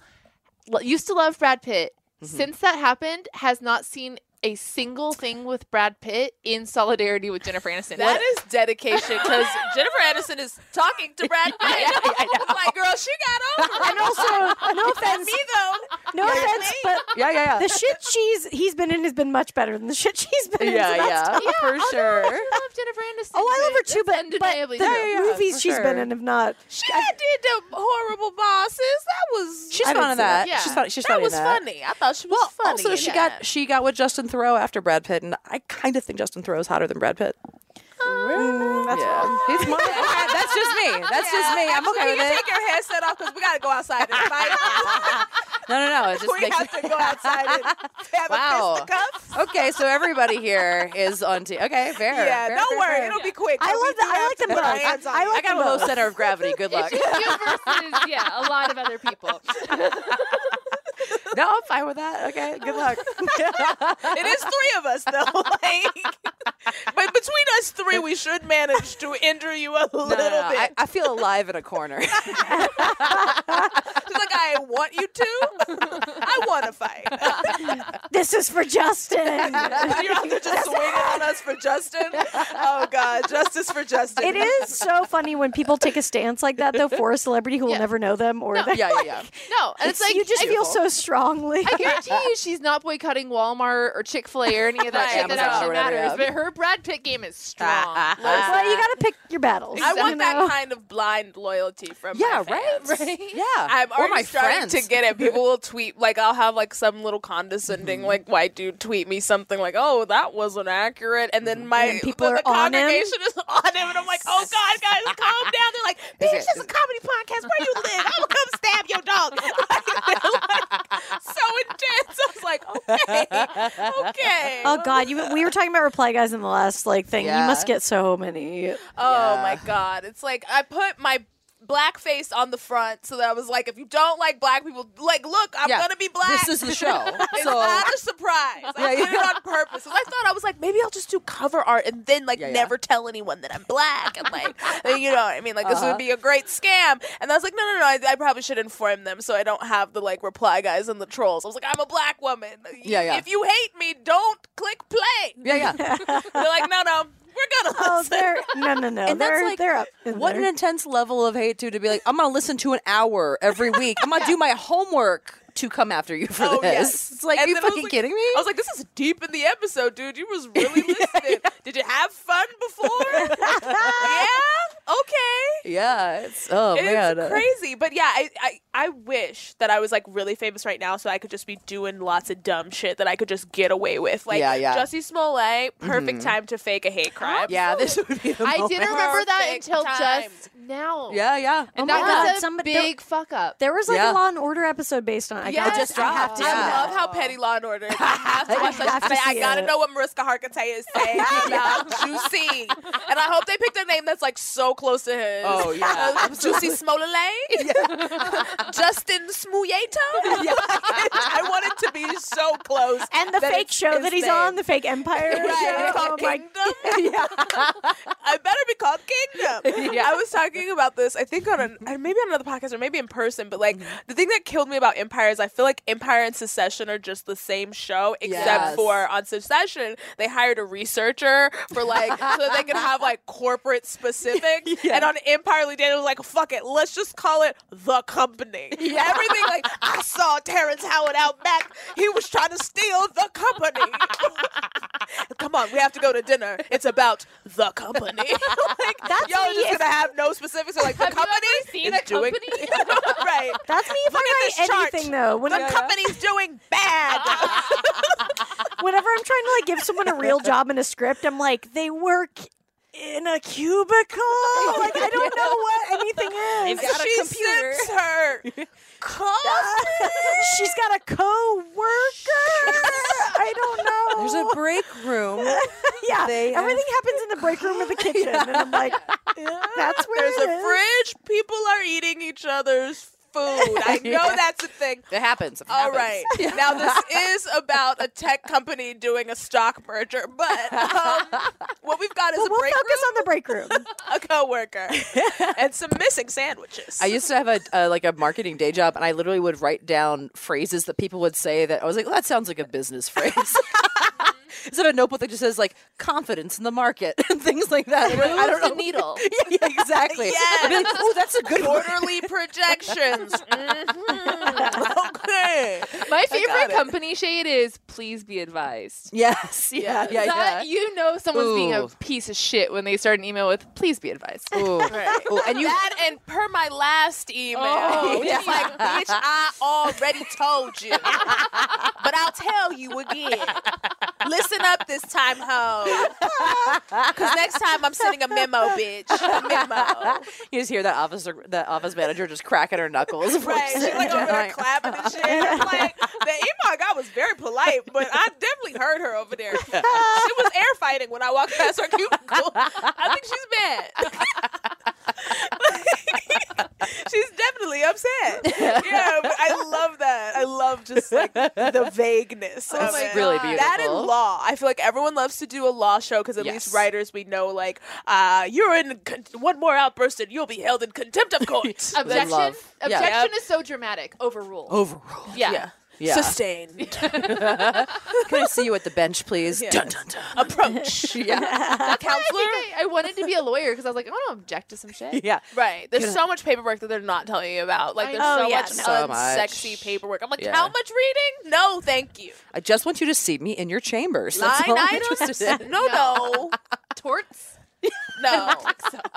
lo- used to love Brad Pitt. Since that happened, has not seen a single thing with Brad Pitt in solidarity with Jennifer Aniston.
That is dedication because
*laughs*
Jennifer Aniston is talking to Brad Pitt. It's like, girl, she got
*laughs*
over it.
And also, no offense,
me though.
no offense,
*laughs*
but
yeah, yeah,
the shit she's he's been in has been much better than the shit she's been
yeah,
in. so
yeah,
that's
yeah,
tough.
for sure.
I love Jennifer Aniston.
Oh, I love her too, but,
That's
but the
undeniably true.
movies
for
she's been
sure.
in have not.
She did the horrible bosses. That was
She's
I didn't
fond of
see
that.
Yeah.
She's fun. She's
That
funny in
was
that.
funny. I thought she was
Well,
funny.
also
in
she
that.
got she got with Justin Thoreau after Brad Pitt, and I kind of think Justin Thoreau is hotter than Brad Pitt. Mm,
That's wrong.
He's more- that's just
*laughs*
me. That's just me. I'm okay
Can you
with it.
take your headset off because we gotta go outside and fight.
*laughs* No, no, no. It just
we
makes
have to go outside and have
Wow.
a fisticuffs.
me- *laughs* okay. So everybody here is on T. Okay, fair.
Yeah,
fair,
don't
fair,
worry,
fair.
it'll be quick.
I love that. I like
*laughs*
them both.
hands on
I, I
you.
like
I got
them
a low
both.
center of gravity.
*laughs*
Good luck.
It's just you versus yeah, a lot of other *laughs* people.
*laughs* no, I'm fine with that.
*laughs*
Okay, good luck. *laughs*
It is three of us though. *laughs* like, but between us three, we should manage to injure you a little
No, no, no.
bit.
I, I feel alive in a corner.
Just like I want you
*laughs*
to, *laughs* I want to fight.
This is for Justin.
You're out there just swinging *laughs* on us for Justin. Oh God, justice for Justin.
it is so funny when people take a stance like that, though, for a celebrity who will
Yeah.
never know them or that. *laughs*
*laughs* yeah, yeah, yeah.
No, and it's, like
you just
I-
feel so strongly.
I guarantee you, she's not boycotting Walmart or Chick Fil A or any of that
Right,
shit
Amazon
that
or
actually
whatever,
matters.
yeah.
But her Brad Pitt game is strong.
*laughs* well, you got to pick your battles.
I
you
want that
know?
kind of blind loyalty from.
Yeah,
my fans. *laughs*
right. Yeah.
I'm
or
already
my
starting
friends.
to get
*laughs*
it. People will tweet like I'll have like some little condescending
Mm-hmm.
like white dude tweet me something like, "Oh, that wasn't accurate," and then my
Mm-hmm. then people
the, the
are on him.
congregation is on him, and I'm like, "Oh God,
*laughs*
guys, calm down." They're like, "Bitch,
it-
it's a comedy podcast. Where you live? I'm gonna come stab your dog." *laughs* Like, they're, like, so intense. I was like, "Okay, okay."
*laughs* Oh God, you, we were talking about reply guys in the last like thing.
Yeah.
You must get so many.
Oh
Yeah.
my god. It's like I put my blackface on the front so that I was like, if you don't like black people, like look, I'm
Yeah.
gonna be black.
This is the show.
*laughs* it's
So
not a surprise.
Yeah,
I did
yeah.
it on purpose. 'Cause I thought I was like, maybe I'll just do cover art and then like
Yeah, yeah.
never tell anyone that I'm black and
*laughs*
like you know what I mean? Like this
Uh-huh.
would be a great scam. And I was like, no, no, no. I, I probably should inform them so I don't have the like reply guys and the trolls. I was like, I'm a black woman.
Yeah, yeah.
If you hate me, don't click play.
yeah, yeah.
*laughs* They're like, no, no. We're gonna
Oh,
listen.
they're no, no, no.
And that's
they're
like,
they're up. in
What
there.
an intense level of hate, too, to be like, I'm gonna listen to an hour every week.
*laughs*
I'm gonna do my homework to come after you for
Oh,
this.
yes.
It's like,
And
are you
then I was
fucking
like-
kidding me?
I was like, this is deep in the episode, dude. You was
*laughs*
really listening. Did you have fun before? yeah. Okay.
yeah, it's oh man,
It's crazy, but yeah, I, I I wish that I was like really famous right now, so I could just be doing lots of dumb shit that I could just get away with. Like,
Yeah, yeah. Mm-hmm.
Jussie Smollett, perfect time to fake a hate crime.
yeah, this would be. The
I
moment.
didn't remember that
Perfect
until
time.
just now.
Yeah, yeah.
and
Oh my
that
*laughs*
God,
was a
somebody-
big fuck up.
There was like a
Yeah.
Law and Order episode based on it. I
Yes.
gotta-
It just
I have
dropped.
to
I
see
Yeah.
that.
love how petty Law
*laughs*
and Order. is. I have to watch that.
have to
today. I
see
gotta
it.
know what Mariska Hargitay is
*laughs*
saying about Juicy, and I hope they picked a name that's like so close to his.
Oh, yeah.
Uh, Juicy Smollett, *laughs*
*laughs*
Justin Smuyeto. I want it to be so so close.
and the
that
fake
it's
show that
his
he's
name.
on, the fake Empire
*laughs* Right.
show.
Called
Oh my-
Kingdom. I better be called Kingdom. I was talking about this, I think on an, uh, maybe on another podcast or maybe in person, but like the thing that killed me about Empire is I feel like Empire and Secession are just the same show, except
Yes.
for on Secession they hired a researcher for like so that they could have like corporate specifics, and on Empire Lee Daniels was like, "Fuck it, let's just call it the company." Everything like I saw Terrence Howard out back, he was trying to steal the company. come on, we have to go to dinner. It's about the
*laughs*
company. like,
That's
y'all are
me
just
if-
gonna have no specifics. They're like, the
Have you
company
ever seen
is
a
doing
company?
*laughs*
*laughs*
right.
That's me if
Look
I
at
write
this chart.
anything though. When
the company's doing
Ah.
bad.
whenever I'm trying to like give someone a real job in a script, I'm like, they work in a cubicle. Like I don't know what anything is.
got a
she
computer. *laughs*
sips her coffee.
*laughs* She's got a co-worker. I don't know.
There's
*laughs*
a break room.
*laughs* yeah.
they have-
Everything happens in the break room or the kitchen, and I'm
*laughs*
like, that's where
There's
it
a
is.
fridge. People are eating each other's food.
*laughs*
I know
Yeah.
that's a thing.
It happens. It
All
happens.
right. Now
*laughs*
this is about a tech company doing a stock merger,
*laughs*
but um, what we've got is
But
a
we'll
break
focus
room.
on the break
*laughs*
room.
a
*laughs*
coworker and some missing sandwiches.
I used to have a uh, like a marketing day job, and I literally would write down phrases that people would say that I was like, well, that sounds like a business
*laughs*
phrase.
Mm-hmm.
Instead of a notebook that just says like confidence in the market *laughs* and things like that. I'm like, I
Move
don't *laughs*
the
know.
needle.
Yeah, yeah, exactly. I'd be like, oh, that's a good one.
Quarterly projections. Mhm. Okay.
My favorite company shade is please be advised.
*laughs* Yes. Yeah. Yeah. Yeah.
That you know someone's being a
Ooh.
piece of shit when they start an email with please be advised.
*laughs*
Ooh. Ooh, and you.
that and per my last email,
Oh,
which
yeah.
is like, bitch, I already told you, but I'll tell you again. Listen up this time, ho, because next time I'm sending a memo, bitch. A memo.
*laughs* You just hear that officer, that office manager, just cracking her knuckles. *laughs*
Right. She's like over there clapping and shit. I'm like, the email guy was very polite, but I definitely heard her over there. She was air fighting when I walked past her cubicle. I think she's mad. *laughs* she's definitely upset. Yeah, but I love that. I love just like the vagueness. of
It's
it.
really
God.
beautiful.
That and law. I feel like everyone loves to do a law show because at
Yes.
least writers we know, like, uh, you're in con- one more outburst and you'll be held in contempt of
*laughs*
court.
Objection.
love.
Objection
Yeah. Oh.
is so dramatic. Overruled.
Overruled.
yeah.
Yeah. *laughs*
Sustained.
Can I see you at the bench, please?
Yeah.
Dun, dun,
*laughs*
dun. *laughs*
approach.
Yeah.
A
I
counselor.
think I, I wanted to be a lawyer because I was like, I want to object to some shit.
Yeah.
Right. There's so much paperwork that they're not telling you about. Like
I
there's
know.
so
Oh, yeah,
much
no.
So much.
unsexy paperwork. I'm like,
Yeah.
how much reading? No, thank you.
I just want you to see me in your chambers. That's
Line
all I'm
items?
interested in.
No, no,
Torts.
no.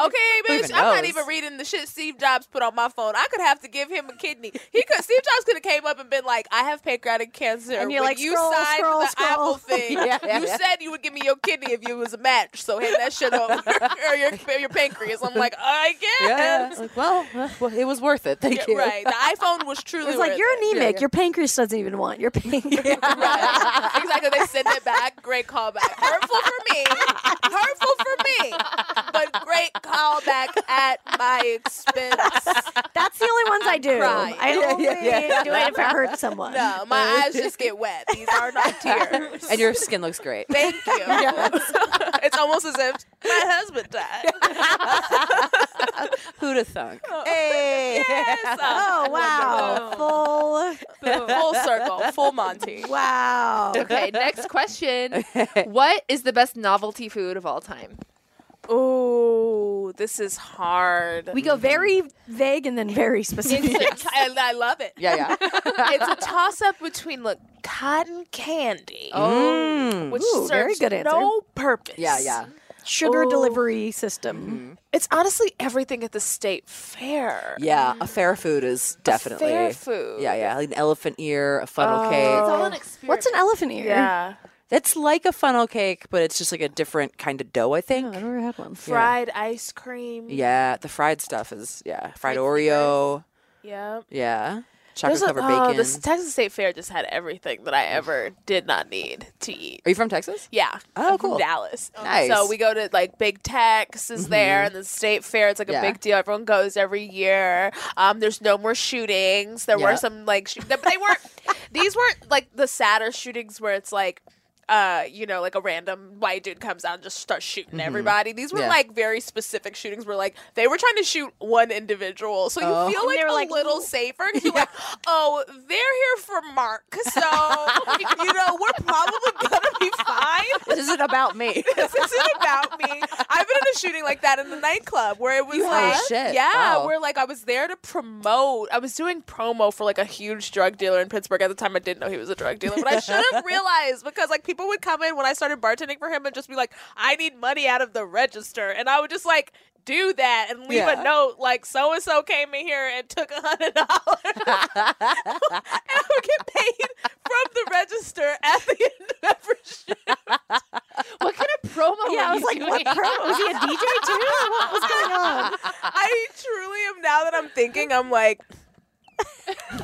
Okay,
Who
bitch.
even
I'm not
knows?
even reading the shit Steve Jobs put on my phone. I could have to give him a kidney. He could. Steve Jobs could have came up and been like, "I have pancreatic cancer."
And you're
When
like,
you
"Scroll,
signed
scroll,
the
scroll." *laughs*
Apple thing.
Yeah, yeah,
you
yeah.
said you would give me your kidney if you was a match. So hand that
*laughs*
shit over or your your pancreas. I'm like, I guess.
*laughs* Yeah. yeah. Like, well, uh, well, it was worth it. Thank
Yeah,
you.
Right. The iPhone was truly.
It's like
worth
you're
it.
anemic. Your pancreas doesn't even want your
*laughs*
pancreas.
Right. exactly. They send it back. Great callback. Hurtful for me. Hurtful for me. But great callback at my expense.
That's the only ones I do.
*laughs* Cry.
I
Yeah,
only
yeah, yeah.
do
*laughs*
it if it hurts someone.
No, my eyes just get wet. These are not tears.
And your skin looks great.
Thank you. it's almost as if my husband died.
Who'd have thunk?
Hey.
*laughs* Yes.
*laughs* Oh wow.
oh.
Full.
*laughs* Full circle. Full Monty.
Wow.
*laughs* Okay, next question. what is the best novelty food of all time?
Ooh, this is hard. *laughs*
We go very vague and then very specific.
I, I love it.
*laughs*
*laughs*
Yeah, yeah.
it's a toss up between look cotton candy,
Mm.
which
Ooh,
serves
very good answer.
no purpose.
Yeah, yeah.
Sugar
Ooh.
delivery system.
It's honestly everything at the state fair.
Yeah, a fair food is definitely.
fair food. Oh.
Yeah, yeah. Like an elephant ear, a funnel cake.
all an experience.
What's an elephant ear?
Mm-hmm. Yeah.
It's like a funnel cake, but it's just like a different kind of dough, I think.
I've never had one.
Fried ice cream.
Yeah, the fried stuff is, yeah. Fried Oreo.
Yep.
Yeah. Chocolate
There's a-
covered
oh,
bacon.
the s- Texas State Fair just had everything that I ever did not need to eat.
Are you from Texas?
Yeah.
Oh,
I'm from
cool.
Dallas.
Nice. Mm-hmm.
So we go to like Big Tex is there and the state fair. It's like
Yeah.
a big deal. Everyone goes every year. Um, there's no more shootings. There
Yeah. *laughs*
were some like shoot- but they weren't These weren't like the sadder shootings where it's like, uh, you know, like a random white dude comes out and just starts shooting everybody. These were
Mm-hmm. Yeah.
like very specific shootings where like they were trying to shoot one individual, so you
Oh.
feel
And
like
they
a
were like,
little
"Ooh."
safer.
*laughs*
'cause You're like, oh, they're here for Mark,
*laughs*
so you know we're probably gonna be fine
This isn't about me.
this isn't about me. I've been in a shooting like that in the nightclub where it was
have?
like,
Oh, shit.
yeah,
Wow.
where like I was there to promote. I was doing promo for like a huge drug dealer in Pittsburgh at the time. I didn't know he was a drug dealer, but I should
*laughs*
have realized because like people would come in when I started bartending for him and just be like, I need money out of the register, and I would just like. Do that and leave
Yeah.
a note like so and so came in here and took a hundred dollars, *laughs* and I would get paid from the register at the end of every shoot.
What kind of
*laughs*
promo?
Yeah, I was like,
*laughs*
what promo? Was he a DJ too? What was going on?
I truly am now that I'm thinking, I'm like,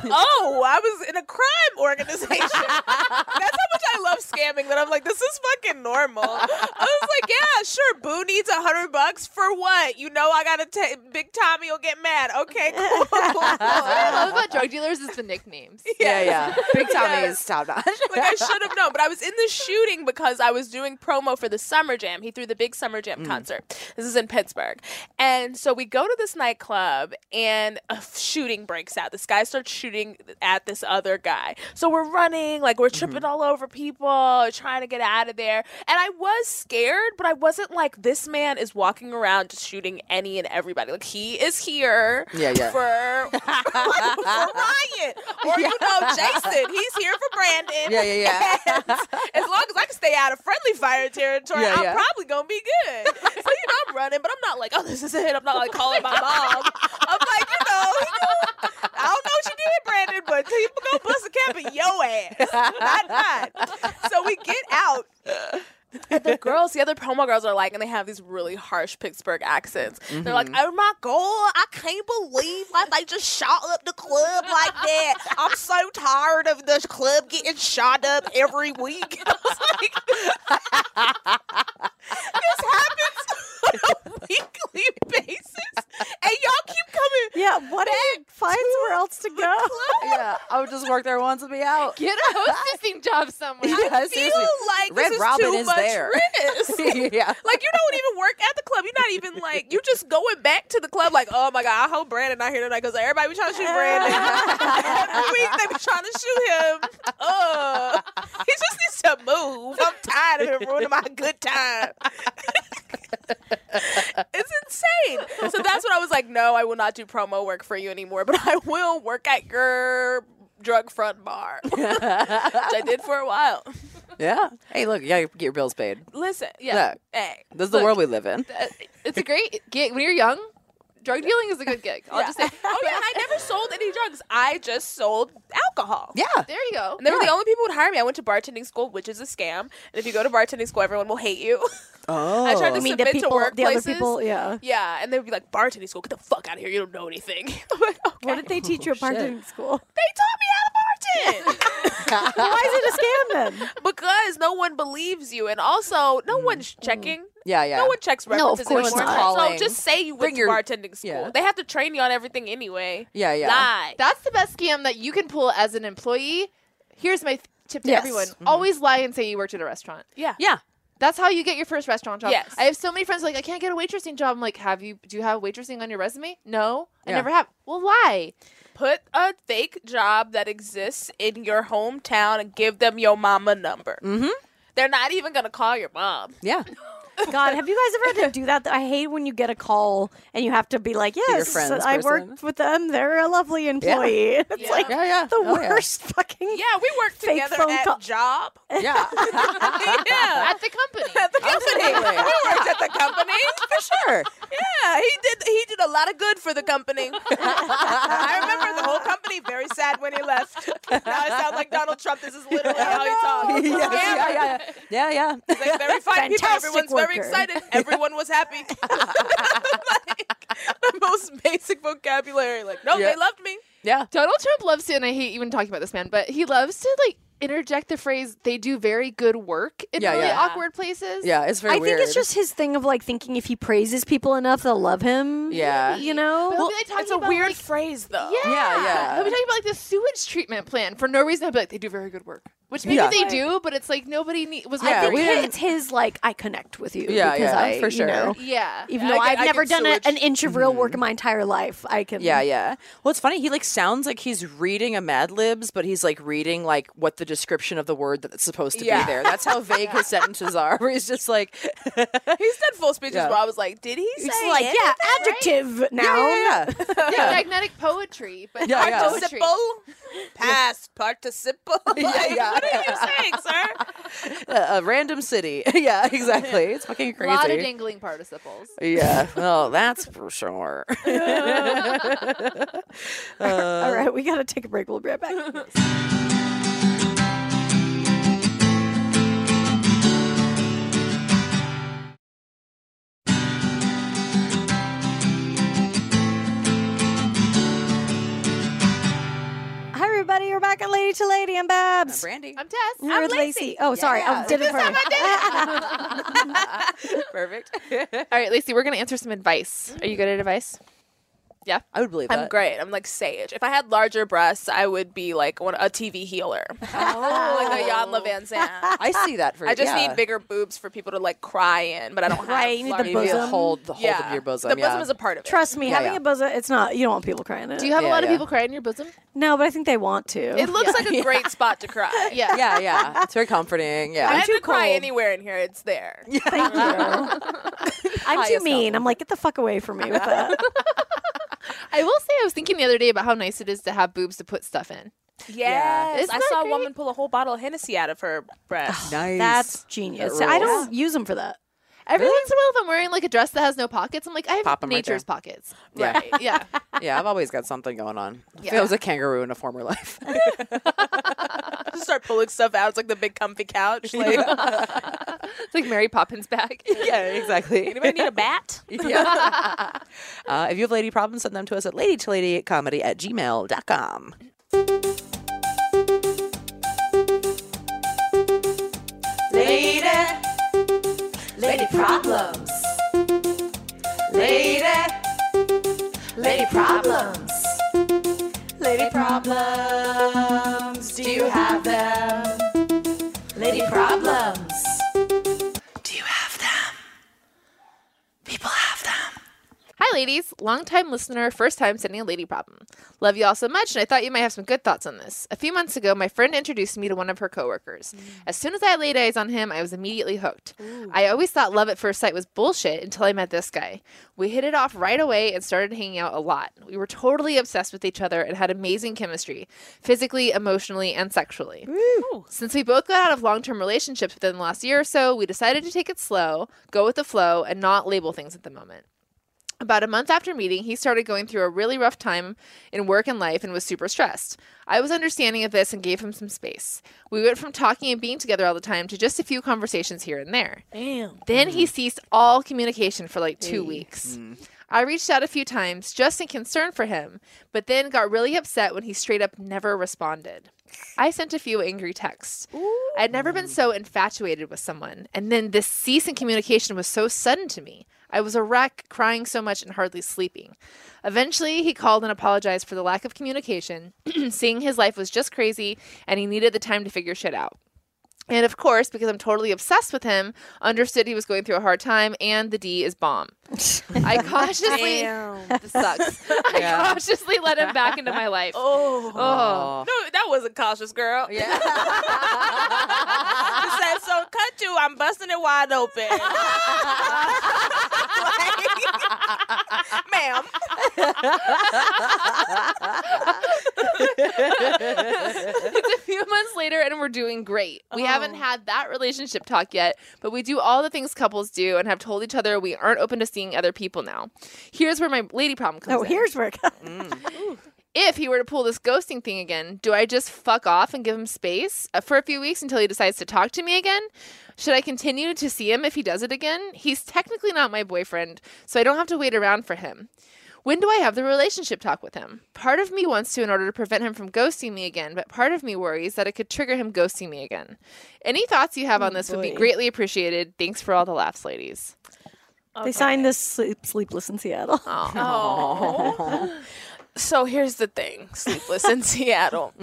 oh, I was in a crime organization. That's how much I love scamming that I'm like, this is fucking normal. I was like, yeah, sure, Boo needs a hundred bucks for what? You know, I gotta take Big Tommy will get mad. Okay, cool. *laughs*
I love about drug dealers is the nicknames.
*laughs* Yeah,
*laughs*
yeah. Big Tommy
Yes.
is top notch.
like I should have known, but I was in the shooting because I was doing promo for the summer jam. He threw the big summer jam
Mm.
concert. This is in Pittsburgh, and so we go to this nightclub, and a f- shooting breaks out. This guy starts shooting at this other guy. So we're running, like we're
Mm-hmm.
tripping all over people, trying to get out of there. And I was scared, but I wasn't like this man is walking around just shooting any and everybody. Like he is here,
Yeah, yeah.
for *laughs* for Ryan or you
*laughs*
know Jason. He's here for Brandon.
*laughs* Yeah, yeah, yeah.
And *laughs* as long as I can stay out of friendly fire territory,
Yeah,
I'm
yeah.
probably gonna be good. So you know I'm running, but I'm not like, oh, this is a hit. I'm not like calling my mom. I'm like, you know, you know, I don't know what you did, Brandon, but people gonna bust a cap in your ass, not mine. So we get out.
*laughs*
And the girls, the other promo girls are like, and they have these really harsh Pittsburgh accents. They're
Mm-hmm.
like, oh my God, I can't believe like they just shot up the club like that. I'm so tired of this club getting shot up every week. *laughs* I was like, *laughs* this happens on a *laughs* weekly basis. And y'all keep coming.
Yeah, what if it finds where else to go? *laughs*
yeah, I would just work there once and be out.
Get a hostessing job somewhere.
*laughs* Yeah,
Feel
seriously.
like
Red
this is
Robin
too
is
much
there.
*laughs*
risk.
*laughs* yeah.
Like you don't even work at the club. You're not even like you're just going back to the club. Like oh my god, I hope Brandon not here tonight because everybody be trying to shoot Brandon every week. They be trying to shoot him. Oh, he just needs to move. I'm tired of him ruining my good time. *laughs* it's insane. So that's when I was like, no, I will not do promo work for you anymore. But I will work at your drug front bar, *laughs* which I did for a while.
Yeah. Hey, look, you gotta get your bills paid.
Listen, yeah,
Yeah.
hey.
This is the world we live in.
Uh, It's a great gig when you're young. Drug dealing is a good gig. I'll
Yeah.
just say.
*laughs* Oh yeah, I never sold any drugs. I just sold alcohol.
Yeah.
There you go.
And they were the only people who would hire me. I went to bartending school, which is a scam. And if you go to bartending school, everyone will hate you. *laughs*
Oh.
I tried to
I mean, the
submit
people,
to
the other
workplaces.
people, yeah.
Yeah, and they would be like, bartending school, get the fuck out of here. You don't know anything. *laughs* I'm like, okay.
What did they teach you at bartending school?
they taught me how to bartend.
Why is it a scam then?
*laughs* because no one believes you. And also, no one's checking.
Yeah, yeah.
Mm-hmm. No one checks references
of course
anymore.
not.
So
Calling.
just say you went
Bring
to
your-
bartending school.
Yeah.
They have to train you on everything anyway.
Yeah, yeah.
Lie.
That's the best scam that you can pull as an employee. Here's my th- tip to
Yes.
everyone:
Mm-hmm.
always lie and say you worked at a restaurant.
yeah.
Yeah.
That's how you get your first restaurant job.
Yes.
I have so many friends like I can't get a waitressing job. I'm like, have you? Do you have waitressing on your resume? No, I
Yeah.
never have. Well, lie.
Put a fake job that exists in your hometown and give them your mama number. Mm-hmm. They're not even gonna call your mom. *laughs*
Yeah.
*laughs* God, have you guys ever had to do that? I hate when you get a call and you have to be like,
your
yes,
friend's
I
person."
worked with them. They're a lovely employee. *laughs* It's
Yeah.
like
Yeah, yeah.
the
Oh, yeah.
worst *laughs* fucking.
Yeah, we worked
Fake
together
phone
at
call.
job.
*laughs*
*laughs*
Yeah.
yeah.
At the company.
*laughs* At the company.
*laughs*
we
Absolutely.
worked at the company.
For sure.
*laughs* Yeah, he did he did a lot of good for
*laughs*
the company. I remember the whole company very sad when he left. Now I sound like Donald Trump. This is
*laughs*
literally
*laughs*
how he talks.
Yeah, yeah, yeah, yeah, yeah. yeah.
It's like very fine people.
Fantastic
Everyone's very
worker.
excited. Everyone
*laughs*
was happy. *laughs* like, the most basic vocabulary. Like, no,
Yeah.
they loved me.
*laughs* Yeah.
Donald Trump loves to, and I hate even talking about this man, but he loves to like interject the phrase "they do very good work" in
Yeah,
really
yeah.
awkward places.
Yeah, it's very
I
weird.
think it's just his thing of like thinking if he praises people enough, they'll love him.
Yeah.
You know?
But- Well, they talking
it's a
about,
weird
like-
phrase though.
Yeah,
Yeah, yeah.
He'll be talking about like the sewage treatment plan for no reason. I'll be like, they do very good work, which maybe
Yeah.
they do, but it's like nobody need, was.
I
Yeah,
think
we didn't-
it's his like I connect with you.
Yeah,
because
yeah,
I,
for
you
sure.
know,
yeah,
even
Yeah,
though
I
I've
get- I
never
get
done a,
sewage.
an inch of real work in my entire life, I can.
Yeah, yeah. Well, it's funny. He like sounds like he's reading a Mad Libs, but he's like reading like what the description of the word that's supposed to
Yeah.
be there. That's how vague his sentences are. Where he's just like, yeah, *laughs*
He's done full speeches
Yeah.
where I was like, did he say
It's like
it?
yeah, adjective noun.
yeah, Oh, yeah. *laughs*
yeah. magnetic poetry, but
*laughs*
Yeah,
not
yeah.
poetry.
Participle, past *laughs* participle. Like,
yeah.
What are you saying, sir?
a, a random city. *laughs* yeah, exactly. It's fucking
A
crazy.
lot of dangling participles.
yeah. Well, that's for sure. *laughs* Uh.
All right, we gotta take a break. We'll be
*laughs*
right back. Hi, everybody. You're back at Lady to Lady. I'm Babs.
Brandy.
I'm Tess.
You're with Lacey. Oh, sorry. I did it for you.
Perfect.
All right, Lacey, we're gonna answer some advice.
Mm-hmm.
Are you good at advice? Yeah.
I would believe that.
*laughs* I'm great. I'm like sage. If I had larger breasts, I would be like one, a TV *laughs* healer, like a Jan Levan Zandt.
I see that for
I just
yeah.
need bigger boobs for people to like cry in, but I *laughs* don't have.
Right, you need the
large-
Maybe the
bosom.
hold the hold
Yeah,
of your bosom.
The bosom
yeah.
is a part of it.
Trust me, having
yeah.
a buzzer, it's not. You don't want people crying. In it.
Do you have a
Yeah,
lot of
yeah.
people cry in your bosom?
no, but I think they want to. *laughs*
It looks like a great spot to *laughs* cry.
Yeah.
yeah, yeah. It's very comforting.
I
Yeah.
had to cry
cold.
anywhere in here. It's there. *laughs*
Thank you. I'm too
Highest
mean. *laughs*
level.
I'm like, get the fuck away from me with
*laughs*
that.
I will say I was thinking the other day about how nice it is to have boobs to put stuff in.
Yes,
Isn't
I
that
saw
great?
a woman pull a whole bottle of Hennessy out of her breast.
Nice.
That's genius.
That
I
uh, rules.
don't use them for that.
Every once in a while, if I'm wearing like a dress that has no pockets, I'm like, I have
Pop 'em right
nature's
there.
pockets.
Yeah.
Right. Yeah.
Yeah, I've always got something going on.
Yeah.
I was a kangaroo in a former *laughs* life.
Just *laughs* start pulling stuff out. It's like the big comfy couch. *laughs* Like,
*laughs*
it's like Mary Poppins bag.
yeah, exactly.
anybody need a bat?
yeah. *laughs* uh, if you have lady problems, send them to us at ladytoladycomedy at gmail.com.
Lady, lady problems. Lady, lady problems. Lady problems. Do you have them? Lady problems. Do you have them? People have them.
Hi, ladies. Longtime listener, first time sending a lady problem. Love you all so much, and I thought you might have some good thoughts on this. A few months ago, my friend introduced me to one of her coworkers. As soon as I laid eyes on him, I was immediately hooked. I always thought love at first sight was bullshit until I met this guy. We hit it off right away and started hanging out a lot. We were totally obsessed with each other and had amazing chemistry, physically, emotionally, and sexually. Since we both got out of long term relationships within the last year or so, we decided to take it slow, go with the flow, and not label things at the moment. About a month after meeting, he started going through a really rough time in work and life and was super stressed. I was understanding of this and gave him some space. We went from talking and being together all the time to just a few conversations here and there.
Damn.
Then he ceased all communication for like two weeks. I reached out a few times just in concern for him, but then got really upset when he straight up never responded. I sent a few angry texts. I'd never been so infatuated with someone, and then this cease in communication was so sudden to me. I was a wreck, crying so much and hardly sleeping. Eventually, he called and apologized for the lack of communication, *clears throat* seeing his life was just crazy and he needed the time to figure shit out. And of course, because I'm totally obsessed with him, understood he was going through a hard time and the D is bomb. I cautiously *laughs* this sucks. I
Yeah.
cautiously let him back into my life.
Oh.
Oh.
No, that wasn't cautious, girl. Yeah. *laughs* I said, so cut you. I'm busting it wide open. Like, ma'am.
it's a *laughs* few months later and we're doing great. We haven't had that relationship talk yet, but we do all the things couples do and have told each other we aren't open to seeing other people now. Here's where my lady problem comes
Oh,
in.
here's where it comes.
if he were to pull this ghosting thing again, do I just fuck off and give him space uh, for a few weeks until he decides to talk to me again? Should I continue to see him if he does it again? He's technically not my boyfriend, so I don't have to wait around for him. When do I have the relationship talk with him? Part of me wants to in order to prevent him from ghosting me again, but part of me worries that it could trigger him ghosting me again. Any thoughts you
Oh,
have on this would be greatly appreciated. Thanks for all the laughs, ladies.
Mm,
They signed this sleep, sleepless in Seattle.
Oh.
*laughs*
So here's the thing, sleepless in *laughs* Seattle.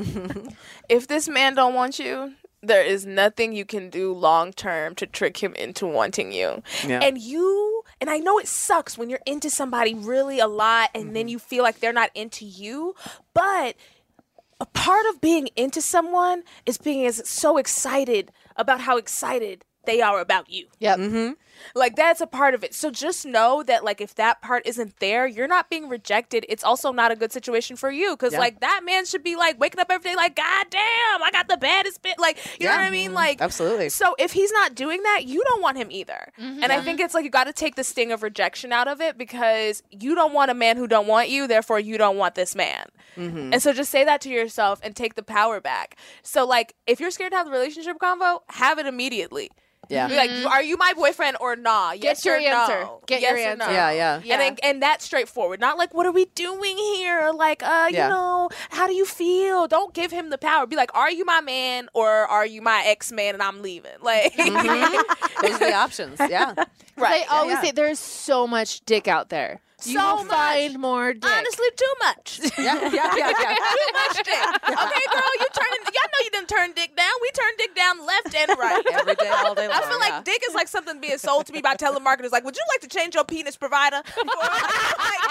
if this man don't want you, there is nothing you can do long term to trick him into wanting you.
Yeah.
And you and I know it sucks when you're into somebody really a lot and then you feel like they're not into you, but a part of being into someone is being as so excited about how excited they are about you.
Yep.
Like that's a part of it. So just know that like if that part isn't there, you're not being rejected. It's also not a good situation for you because like that man should be like waking up every day like God damn, I got the baddest bit. Like you know what I mean? Like
Absolutely.
So if he's not doing that, you don't want him either.
Mm-hmm.
And I think it's like you got to take the sting of rejection out of it because you don't want a man who don't want you. Therefore, you don't want this man.
Mm-hmm.
And so just say that to yourself and take the power back. So like if you're scared to have the relationship convo, have it immediately.
Yeah.
Be like, are you my boyfriend or nah? Yes
Mm-hmm. your
or
answer.
No.
Get
yes
your
or
answer.
No.
Yeah, yeah.
And then, and that's straightforward. Not like, what are we doing here? Or like, uh,
Yeah.
you know, how do you feel? Don't give him the power. Be like, are you my man or are you my ex man and I'm leaving? *laughs* Like,
Those are the options. Yeah.
They always
yeah.
say there's so much dick out there. You
So
will
much.
find more dick.
honestly, too much. too
Yeah. Yeah. Yeah. *laughs* yeah.
*laughs*
much dick. *laughs* Okay, girl, you turning? Y'all know you didn't turn dick down. We turn dick down left and right.
Every day, all day long.
I feel like dick is like something being sold to me by telemarketers. Like, would you like to change your penis provider? *laughs* for-" Like,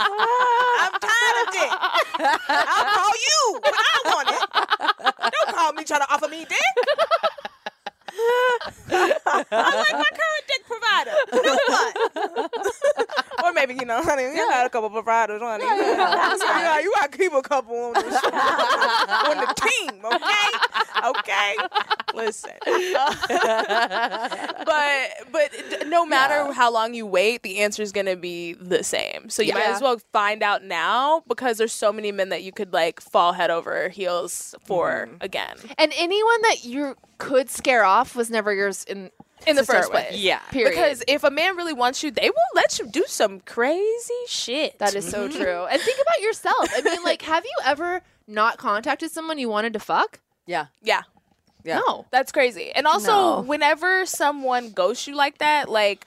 "Ah, I'm tired of dick. I'll call you when I want it. Don't call me trying to offer me dick. *laughs* I like my current dick provider. Now what? *laughs* or maybe you know, honey, you got a couple providers, honey. You know, so, *laughs* you know, you gotta keep a couple on the, *laughs* on the team, okay? Okay. Listen, *laughs* but but d- no matter how long you wait, the answer is gonna be the same. So you might as well find out now because there's so many men that you could like fall head over heels for again.
And anyone that you could scare off was never yours in
in the
to start
first
with.
place.
Yeah.
Period.
Because if a man really wants you, they will let you do some crazy shit.
that is
*laughs*
so true. And think about yourself. I mean, like, have you ever not contacted someone you wanted to fuck?
yeah.
yeah.
Yeah.
No. *laughs*
That's crazy. And also,
No.
whenever someone ghosts you like that, like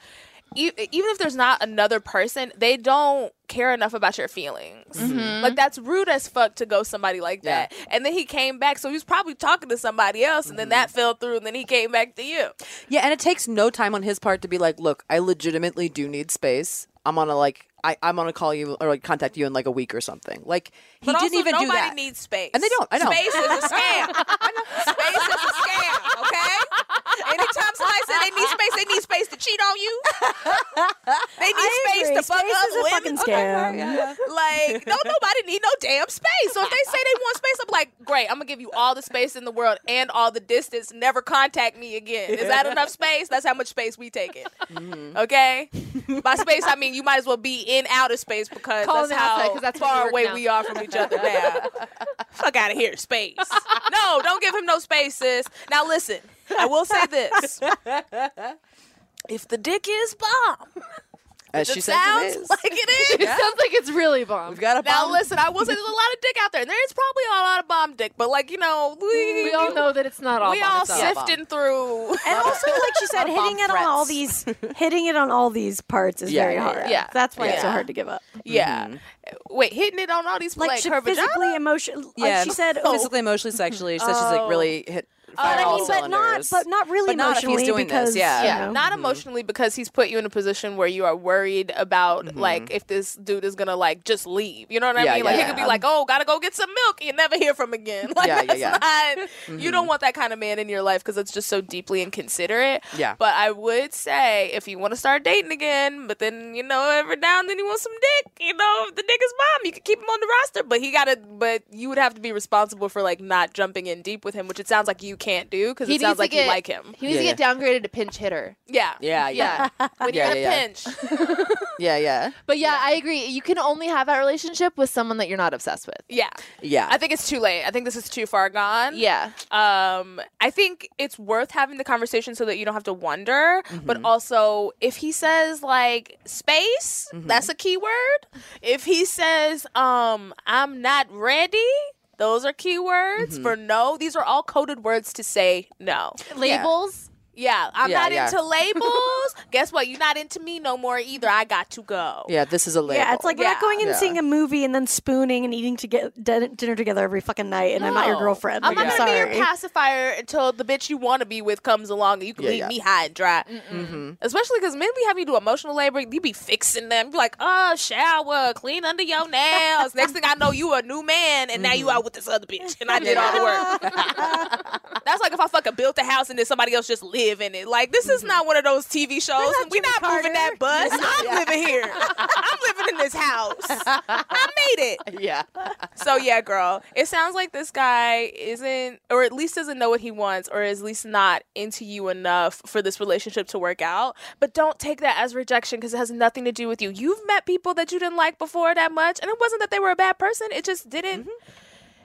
e- even if there's not another person, they don't care enough about your feelings. Like that's rude as fuck to ghost somebody like
Mm-hmm. Yeah.
that. And then he came back, so he was probably talking to somebody else, and
Mm-hmm.
then that fell through, and then he came back to you.
Yeah, and it takes no time on his part to be like, look, I legitimately do need space. I'm gonna like, I, I'm gonna call you or like contact you in like a week or something. Like he
But
didn't
also,
even
nobody
do that.
needs space.
And they don't. I know.
Space is a
*laughs*
scam. space is a scam. Okay. Anytime somebody says they need space, they need space to cheat on you. They need space
agree.
to fuck
Space
up
is a
women.
*laughs*
fucking scam.
*laughs* Like, no, nobody need no damn space. So if they say they want space, I'm like, great. I'm gonna give you all the space in the world and all the distance. Never contact me again. Is that enough space? That's how much space we taking.
Mm-hmm. *laughs*
Okay. By space, I mean you might as well be in outer space because
Calling
that's
it outside,
how
'cause that's where you
far
work
away
now.
we are from each
*laughs*
other now. Fuck out of here, space. No, don't give him no space, sis. Now listen, I will say this. If the dick is bomb,
As *laughs* Uh, she
it
says,
sounds
it is.
like it
It
is.
sounds like it's really bomb.
We've got a
Now
bomb.
listen, I will say there's a lot of dick out there, and there's probably a lot of bomb dick, but like you know, we
we all know that it's not all
we
bomb.
all
It's not
sift-
sifting through.
And also, like she
*laughs*
said,
bomb
hitting it on all these hitting it on all these parts is
Yeah,
very
yeah,
hard.
yeah.
that's why it's so
Yeah.
hard to give up.
*laughs* yeah, wait, hitting it on all these
Like,
like,
she
her vagina.
physically, emotionally.
yeah,
like she said, oh,
physically, emotionally, sexually. She said she's like really hit.
but
fire
I
all
mean, but not,
cylinders.
but not really
But not if he's
emotionally
doing this,
because
yeah. Mm-hmm.
you
Yeah.
know.
Not emotionally because he's put you in a position where you are worried about like if this dude is gonna like just leave. You know what I
Mm-hmm. Yeah,
mean? Like
yeah,
he could
yeah.
be like, "Oh, gotta go get some milk," and never hear from again. *laughs* Like
Yeah, yeah,
that's
yeah. Mm-hmm.
not. You don't want that kind of man in your life because it's just so deeply inconsiderate.
Yeah.
But I would say if you want to start dating again, but then you know every now and then you want some dick. You know, if the dick is mom, you could keep him on the roster, but he gotta. But you would have to be responsible for like not jumping in deep with him, which it sounds like you can't do because it sounds like you like him.
He needs
Yeah,
to get downgraded to pinch hitter.
Yeah. *laughs*
Yeah, yeah. Yeah,
When you're gonna
yeah, yeah.
pinch.
yeah, yeah.
But yeah, I agree. You can only have that relationship with someone that you're not obsessed with.
Yeah.
Yeah.
I think it's too late. I think this is too far gone.
Yeah.
Um, I think it's worth having the conversation so that you don't have to wonder.
Mm-hmm.
But also, if he says like space,
Mm-hmm.
that's a key word. If he says um, I'm not ready. Those are keywords
Mm-hmm.
for no. These are all coded words to say no.
Labels.
Yeah, I'm
Yeah,
not
yeah.
into
*laughs*
labels. Guess what? You're not into me no more either. I got to go.
yeah, this is a label.
Yeah, it's like we're
Yeah.
not going and
Yeah.
seeing a movie and then spooning and eating to get din- dinner together every fucking night. And I'm not your
No.
girlfriend.
I'm
Like,
not gonna
sorry.
be your pacifier until the bitch you want to be with comes along and you can
Yeah,
leave
yeah.
me high and dry.
Mm-hmm.
Especially because men be having you do emotional labor. You be fixing them. Be like, oh, shower, clean under your nails. Next thing I know, you a new man and now you
Mm-hmm.
out with this other bitch and I did all the work.
*laughs*
That's like if I fucking built a house and then somebody else just live in it. Like this is
Mm-hmm.
not one of those TV shows. We're not,
Jimmy
moving that bus. I'm living here. I'm living in this house. I made it.
*laughs* yeah.
So yeah, girl. It sounds like this guy isn't, or at least doesn't know what he wants, or is at least not into you enough for this relationship to work out. But don't take that as rejection because it has nothing to do with you. You've met people that you didn't like before that much, and it wasn't that they were a bad person. It just didn't.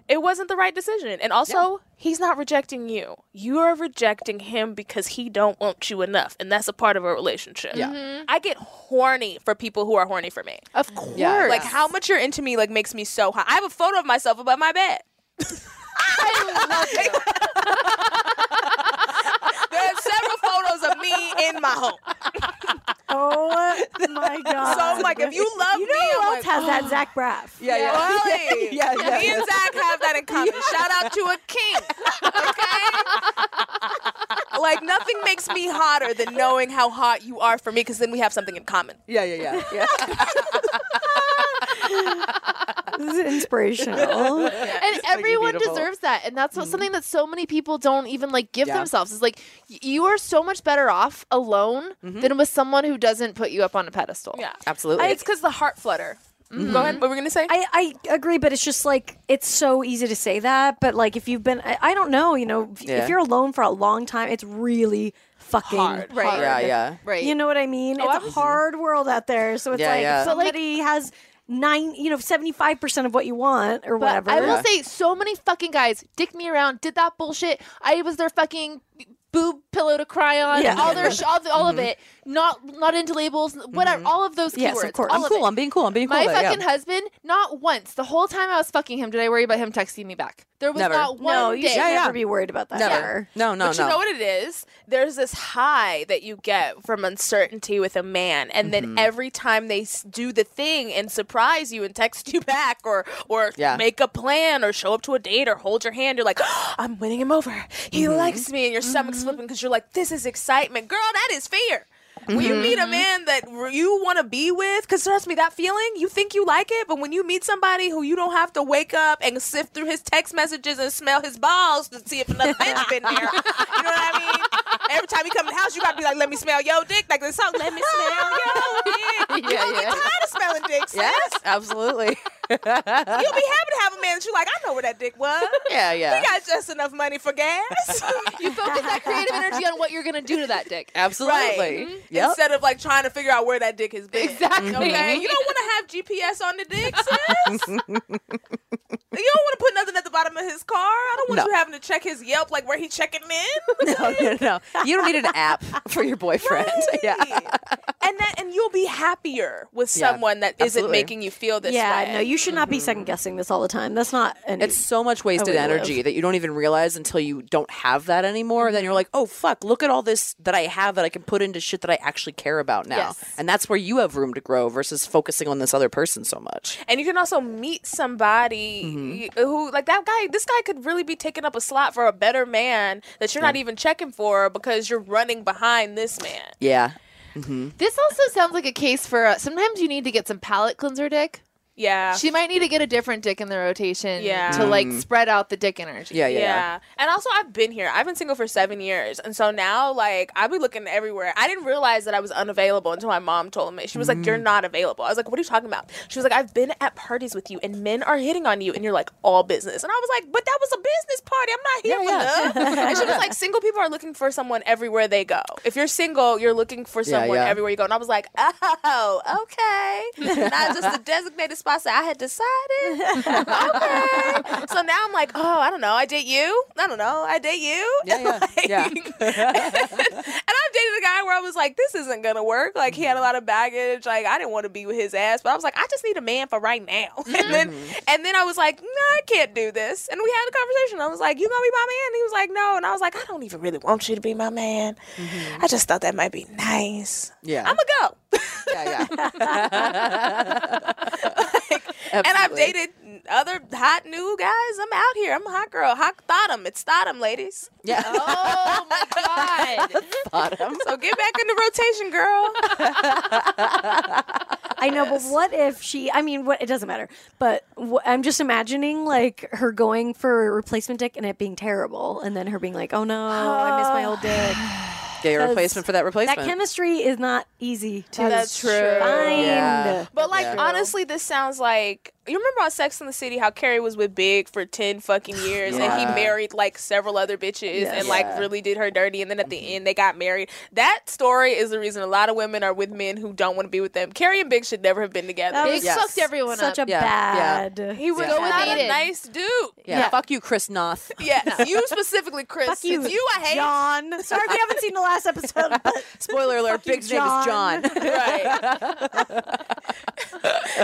It wasn't the right decision. And also, he's not rejecting you. You are rejecting him because he don't want you enough, and that's a part of a relationship.
Yeah.
I get horny for people who are horny for me.
Of course.
Yeah.
Like how much you're into me like makes me so high. I have a photo of myself above my *laughs* bed. *laughs* there are several photos of me in my home. *laughs*
Oh my god.
So I'm like, if you love
you
me,
know who
I'm
else
like,
has
"Oh."
that Zach Braff?
Yeah, yeah.
*laughs* Really?
Yeah, yeah,
Me and Zach have that in common. Shout out to a king. Okay? like nothing makes me hotter than knowing how hot you are for me, because then we have something in common.
Yeah, yeah, yeah. Yeah.
This is
*laughs*
inspirational.
*laughs*
and everyone
beautiful. Mm-hmm.
deserves that and that's what, something that so many people don't even like give
Yeah.
themselves is like y- you are so much better off alone
Mm-hmm.
than with someone who doesn't put you up on a pedestal
Yeah.
Absolutely.
it's because the heart flutter. Go ahead. Mm-hmm. What were we gonna say?
I, I agree, but it's just like it's so easy to say that. But like if you've been, I, I don't know, you know, if,
Yeah.
if you're alone for a long time, it's really fucking hard.
Right.
yeah, yeah.
right
You know what I mean? it's a hard world out there. So it's
Oh, Yeah,
like
yeah.
if
But,
like-
somebody has nine, you know, seventy five percent of what you want or
but
whatever.
i will
Yeah.
say so many fucking guys dick me around did that bullshit i was their fucking boob pillow to cry on
Yeah.
all their sh- all, the, all
Mm-hmm.
of it not not into labels whatever all of those keywords
Yes, of course.
all
I'm
of
Cool.
it.
I'm being cool. I'm being cool.
My
about it, yeah.
fucking husband, not once the whole time I was fucking him, did I worry about him texting me back. There was
Never.
not one
no, you
day.
should
Yeah, yeah.
never be worried about that.
Never. No, no,
but
no.
you know what it is? There's this high that you get from uncertainty with a man, and
Mm-hmm.
then every time they s- do the thing and surprise you and text you *laughs* back, or or
Yeah.
make a plan, or show up to a date, or hold your hand, you're like, *gasps* I'm winning him over. He
Mm-hmm.
likes me, and your stomach's flipping because you're like, this is excitement, girl. That is fear. When you meet a
Mm-hmm.
man that r- you want to be with, because trust me, that feeling, you think you like it, but when you meet somebody who you don't have to wake up and sift through his text messages and smell his balls to see if another bitch been there. You know what I mean? Every time he come to the house, you gotta be like, let me smell your dick. Like this song,
*laughs*
let me smell your dick.
Yeah,
you
yeah.
get tired of smelling dicks.
Yes, absolutely. *laughs* yeah,
You'll be happy to have a man that you like, I know where that dick was.
yeah.
We got just enough money for
*laughs*
gas.
You focus that creative energy on what you're gonna do to that dick.
Absolutely. Yep. *laughs*
mm-hmm.
Mm-hmm.
Instead of like trying to figure out where that dick has been.
Exactly.
Okay, you don't want to have GPS on the dick,
*laughs*
sis. you don't want to put nothing at the bottom of his car. I don't want
No.
you having to check his Yelp, like where he checking
*laughs*
in.
no, no, no. You don't need an app for your boyfriend. *laughs* Yeah.
and that, and you'll be happier with
Yeah,
someone that not
absolutely.
making you feel this
yeah,
way.
no, you should not be second guessing this all the time. That's not an e,
It's so much wasted
we
energy that you don't even realize until you don't have that anymore. Then you're like, oh, fuck, look at all this that I have that I can put into shit that I actually care about now.
Yes.
And that's where you have room to grow versus focusing on this other person so much.
and you can also meet somebody who like that guy this guy could really be taking up a slot for a better man that you're not even checking for because you're running behind this man
Yeah.
This also sounds like a case for uh, sometimes you need to get some palate cleanser dick.
Yeah.
She might need to get a different dick in the rotation
Yeah.
to like spread out the dick energy.
Mm. Yeah, yeah,
yeah.
yeah.
And also, I've been here. I've been single for seven years. And so now, like, I'll be looking everywhere. I didn't realize that I was unavailable until my mom told me. She was like, You're not available. I was like, What are you talking about? She was like, I've been at parties with you and men are hitting on you and you're like, All business. And I was like, But that was a business party. I'm not here for *laughs* love. and she was like, Single people are looking for someone everywhere they go. If you're single, you're looking for
Yeah,
someone
yeah.
everywhere you go. And I was like, Oh, okay. not
*laughs*
just the designated spots that I had decided okay. So now I'm like, oh, I don't know. I date you. I don't know. I date you.
Yeah, yeah,
Like-
yeah.
*laughs* and I've dated a guy where I was like, this isn't gonna work. Like he had
Mm-hmm.
a lot of baggage. Like I didn't want to be with his ass, but I was like, I just need a man for right now. *laughs* And then,
Mm-hmm.
and then I was like, no, I can't do this. And we had a conversation. I was like, you gonna be my man? he was like, no. And I was like, I don't even really want you to be my man.
Mm-hmm.
I just thought that might be nice.
Yeah.
I'm gonna go.
*laughs* yeah, yeah.
and I've
Absolutely.
dated other hot new guys. I'm out here. I'm a hot girl. Hot thottom. It's thottom, ladies.
Yeah.
Oh my god.
Bottom.
So get back in the rotation, girl.
I know, but what if she? I mean, what it doesn't matter. But wh- I'm just imagining like her going for a replacement dick and it being terrible, and then her being like, "Oh no, I miss my old dick."
*laughs* Get a replacement for that replacement.
That chemistry is not easy to
That's true.
find.
Yeah.
But like
Yeah.
honestly, this sounds like you remember on Sex in the City how Carrie was with Big for ten *sighs* fucking years and
Yeah.
he married like several other bitches and like
Yeah.
really did her dirty and then at the end they got married. That story is the reason a lot of women are with men who don't want to be with them. Carrie and Big should never have been together.
That
Big
Yes.
sucked everyone
Such
up.
a
Yeah, yeah.
bad.
he was
Yeah. Go with
not a
Aiden.
nice *laughs* dude.
yeah.
Yeah.
Fuck you, Chris Noth. *laughs*
Yes, you specifically, Chris.
Fuck you,
It's you I hate. *laughs*
John. Sorry if you haven't seen the last episode. But
Spoiler alert,
you,
Big's name is John.
right.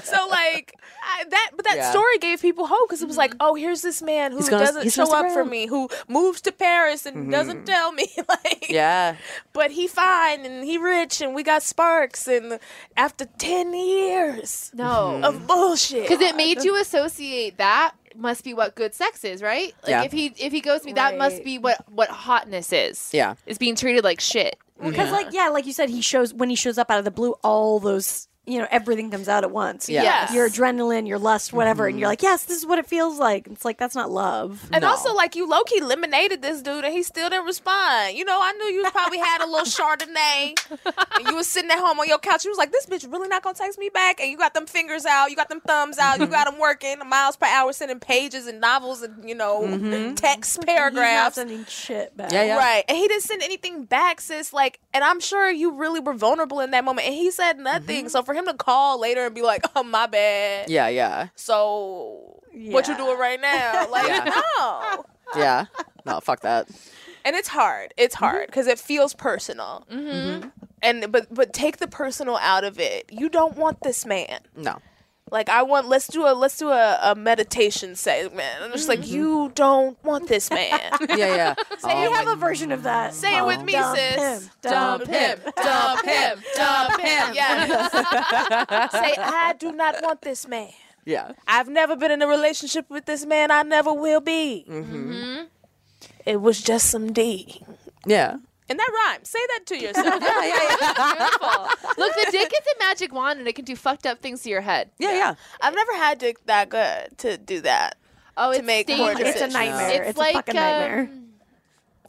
so like I, that, but that
Yeah. Mm-hmm.
story gave people hope because it was like, oh, here's this man who
He's gonna-
doesn't
he's
show
gonna
up
stick
for
around. Mm-hmm.
me, who moves to Paris and doesn't tell me, *laughs* like,
*laughs* yeah.
but he fine and he rich and we got sparks and after ten years
Mm-hmm.
No. *laughs*
of bullshit,
Because it made you associate that must be what good sex is, right? Like
Yeah.
if he if he goes to me, that must
Right.
be what what hotness is.
Yeah.
Is being treated like shit.
because like yeah, like you said, he shows when he shows up out of the blue, all those you know everything comes out at once.
Yeah. Mm-hmm.
Yes.
Your adrenaline, your lust, whatever, and you're like, yes, this is what it feels like. It's like that's not love.
And
No.
also, like you, low key eliminated this dude, and he still didn't respond. You know, I knew you probably had a little Chardonnay. And you was sitting at home on your couch. You was like, "This bitch really not gonna text me back." And you got them fingers out, you got them thumbs out, you
Mm-hmm.
got them working miles per hour, sending pages and novels and you know
Mm-hmm.
text paragraphs.
He's not sending shit back.
Yeah, yeah.
Right. And he didn't send anything back, sis. Like, and I'm sure you really were vulnerable in that moment. And he said nothing. So for him to call later and be like, oh, my bad.
Mm-hmm. Yeah, yeah.
So what you
Yeah.
doing
*laughs*
right now? Like,
Yeah.
no.
Yeah. No, fuck that.
and it's hard it's hard because it feels personal mm-hmm. and but but take the personal out of it you don't want this man
No.
like i want let's do a let's do a, a meditation segment i'm just like you don't want this *laughs* man
Yeah, *laughs* yeah.
Say you
Oh,
have a version of that.
say it with me
Dump
sis
him. Dump
him dump him dump him yes say i do not want this man
yeah.
i've never been in a relationship with this man i never will be mm-hmm. it was just some d
Yeah.
and that rhymes say that to yourself
Yeah, yeah, yeah.
Beautiful. Look, the dick is a magic wand and it can do fucked up things to your head.
Yeah, yeah.
*laughs* I've never had dick that good to do that.
Oh, it's
make poor
dangerous.
It's a
decisions.
nightmare.
It's
It's,
like,
a fucking nightmare.
um,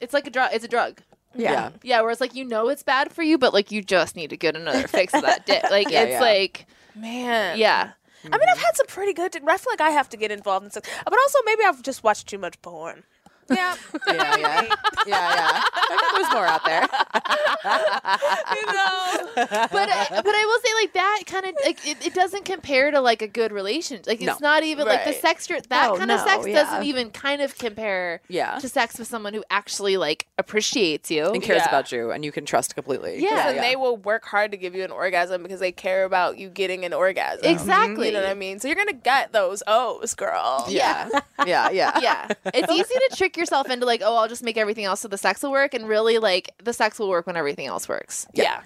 It's like a drug. It's a drug.
Yeah.
yeah.
Yeah, where it's like you know it's bad for you, but like you just need to get another fix of that dick. Like
Yeah,
it's
yeah.
like
Man.
yeah.
I mean, I've had some pretty good dick. I feel like I have to get involved in stuff. But also, maybe I've just watched too much porn. *laughs* Yeah.
Yeah, *laughs* yeah. Yeah, yeah. There's more out there.
*laughs* you know. *laughs*
But I, but I will say like that kind of like it, it doesn't compare to like a good relationship. Like it's
No.
not even like the
Right.
sex you're- that
Oh,
kind of
no,
sex
yeah.
doesn't even kind of compare
Yeah.
to sex with someone who actually like appreciates you.
And cares
Yeah.
about you and you can trust completely.
Yeah.
And they will work hard to give you an orgasm because they care about you getting an orgasm.
Exactly.
You know what I mean? So you're going to get those O's, girl.
Yeah. Yeah, *laughs* yeah.
yeah. It's easy to trick yourself into like, oh, I'll just make everything else so the sex will work, and really like the sex will work when everything else works.
Yeah.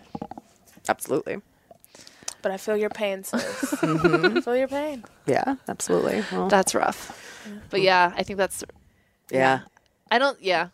Absolutely.
But I feel your pain, sis.
Mm-hmm.
I feel your pain.
Yeah, absolutely. Well,
That's rough. But yeah, I think that's
yeah.
I don't. Yeah.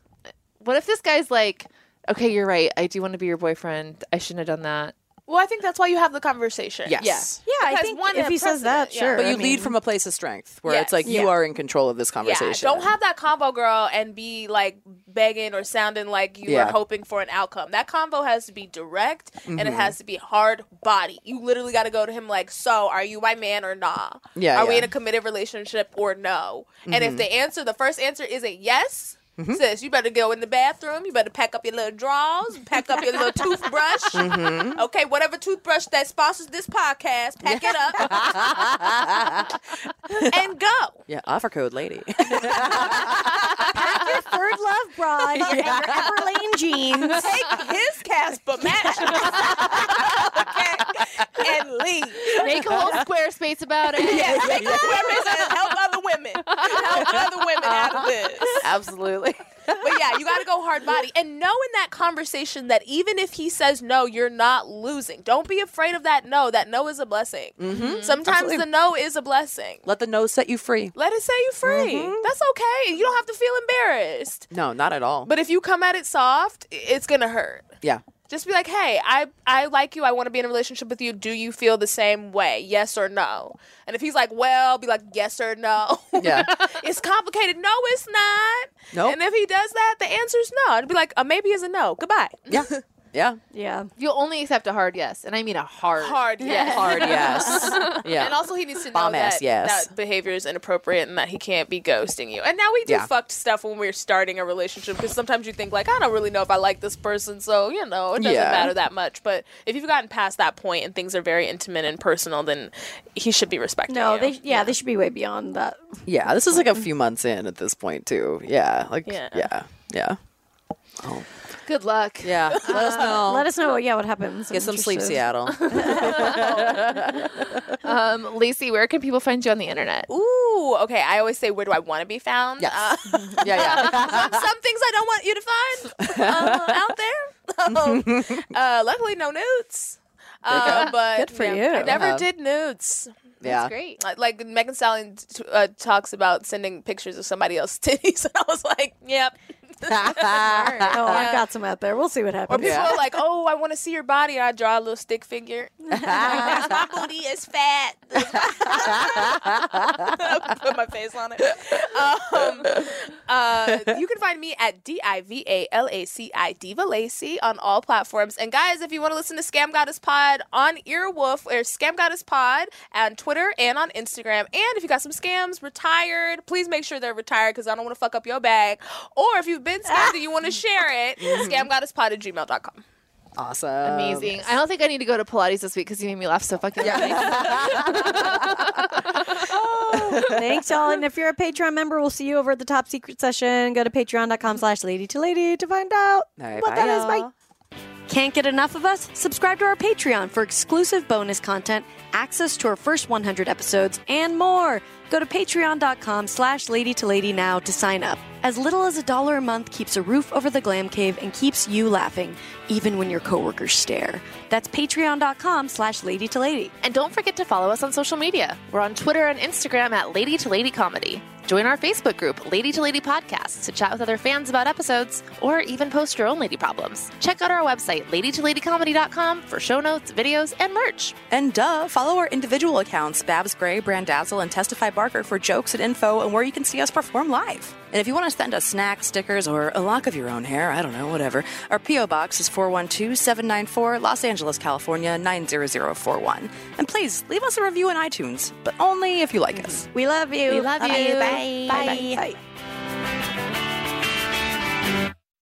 What if this guy's like, okay, you're right. I do want to be your boyfriend. I shouldn't have done that.
Well, I think that's why you have the conversation.
Yes.
Yeah, I
Because
think
one,
if
they're
he says that,
president, yeah.
sure.
But
I
you
mean-
lead from a place of strength where it's
Yes.
like you
Yeah.
are in control of this
Yeah,
conversation.
don't have that convo, girl, and be like begging or sounding like you
Yeah.
are hoping for an outcome. That convo has to be direct and
Mm-hmm.
it has to be hard body. You literally got to go to him like, "So, are you my man or
Yeah,
nah? are we
yeah. Mm-hmm.
in a committed relationship or no?" And if the answer, the first answer is a yes. Sis, you better go in the bathroom. You better pack up your little drawers, pack up your little toothbrush.
Mm-hmm.
Okay, whatever toothbrush that sponsors this podcast, pack it up
*laughs*
*laughs* and go.
Yeah, offer code lady. *laughs*
your third love bride
*laughs*
and your Everlane jeans.
take his cast
*laughs*
but match it. okay? and leave.
Make a
*laughs*
whole Squarespace about it.
Yes, take the women and help other women. Help other women out of this.
Absolutely.
But yeah, you got to go hard body and know in that conversation that even if he says no, you're not losing. Don't be afraid of that no. That no is a blessing. Sometimes
Mm-hmm. Absolutely.
the no is a blessing.
*laughs* Let Mm-hmm. the no set you free.
Let it set you free. That's okay. You don't have to feel embarrassed.
No, not at all.
But if you come at it soft, i- it's going to hurt.
yeah.
just be like, hey, I, I like you. I want to be in a relationship with you. Do you feel the same way? Yes or no? And if he's like, well, be like, yes or no.
*laughs* Yeah.
*laughs* it's complicated. No, it's not.
Nope.
And if he does that, the answer's no. I'd be like, a maybe is a no. Goodbye.
Yeah. Yeah.
Yeah.
You'll only accept a hard yes, and I mean a hard.
Hard yes.
*laughs* Hard yes. Yeah.
And also, he needs to know
Bomb
that
ass yes.
that behavior is inappropriate and that he can't be ghosting you. And now we do
Yeah.
fucked stuff when we're starting a relationship because sometimes you think like, I don't really know if I like this person, so you know it doesn't
Yeah.
matter that much. But if you've gotten past that point and things are very intimate and personal, then he should be respecting.
No,
you.
they yeah, they should be way beyond that.
yeah. This is like a few months in at this point too. Yeah. Like
Yeah.
yeah. Yeah. Yeah.
Good luck.
Let us know.
Let us know yeah what happens.
Um, Get some sleep, Seattle.
Um, Lacey, where can people find you on the internet?
Ooh, okay. I always say, where do I want to be
*laughs*
found? Uh, *laughs*
Yes. yeah. Yeah.
some, some things I don't want you to find uh, out there. *laughs* Um, uh, luckily, no nudes. Uh, but
Good for
yeah, I
you.
never
Yeah.
did nudes.
Yeah.
Great.
Like- like Megan Stallion t- uh, talks about sending pictures of somebody else's *laughs* titties, and I was like, *laughs* "Yep."
Oh,
*laughs*
I've got some out there. We'll see what
Or
happens.
people are like, "Oh, I want to see your body," and I draw a little stick *laughs* figure. There's my booty is fat. *laughs* Put my face on it. Um, uh, you can find me at D I V A L A C I Diva Lacey on all platforms. And guys, if you want to listen to Scam Goddess Pod on Earwolf or Scam Goddess Pod on Twitter and on Instagram. And if you got some scams retired, please make sure they're retired because I don't want to fuck up your bag. Or if you've been scammed and you want to share it, scamgoddesspod at gmail.com.
Awesome.
Amazing. I don't think I need to go to Pilates this week because you made me laugh so fucking much.
Thanks, y'all. And if you're a Patreon member, we'll see you over at the top secret session. Go to patreon.com slash lady to lady to find out
All right,
what
bye,
that is.
y'all.
Bye. Can't get enough of us? Subscribe to our Patreon for exclusive bonus content, access to our first 100 episodes, and more. Go to patreon.com slash lady to lady now to sign up. As little as a dollar a month keeps a roof over the glam cave and keeps you laughing, even when your coworkers stare. That's patreon.com slash lady to lady.
and don't forget to follow us on social media. We're on Twitter and Instagram at Lady to Lady Comedy. Join our Facebook group, Lady to Lady Podcasts, to chat with other fans about episodes or even post your own lady problems. Check out our website, ladytoladycomedy.com, for show notes, videos, and merch.
And duh, follow our individual accounts, Babs Gray, Brandazzle, and Testify Barker for jokes and info and where you can see us perform live. And if you want to send us snacks, stickers, or a lock of your own hair, I don't know, whatever, our P.O. Box is 412-794 Los Angeles, California, 90041. And please, leave us a review on iTunes, but only if you like us.
We love you.
We love you.
Bye. Bye. Bye.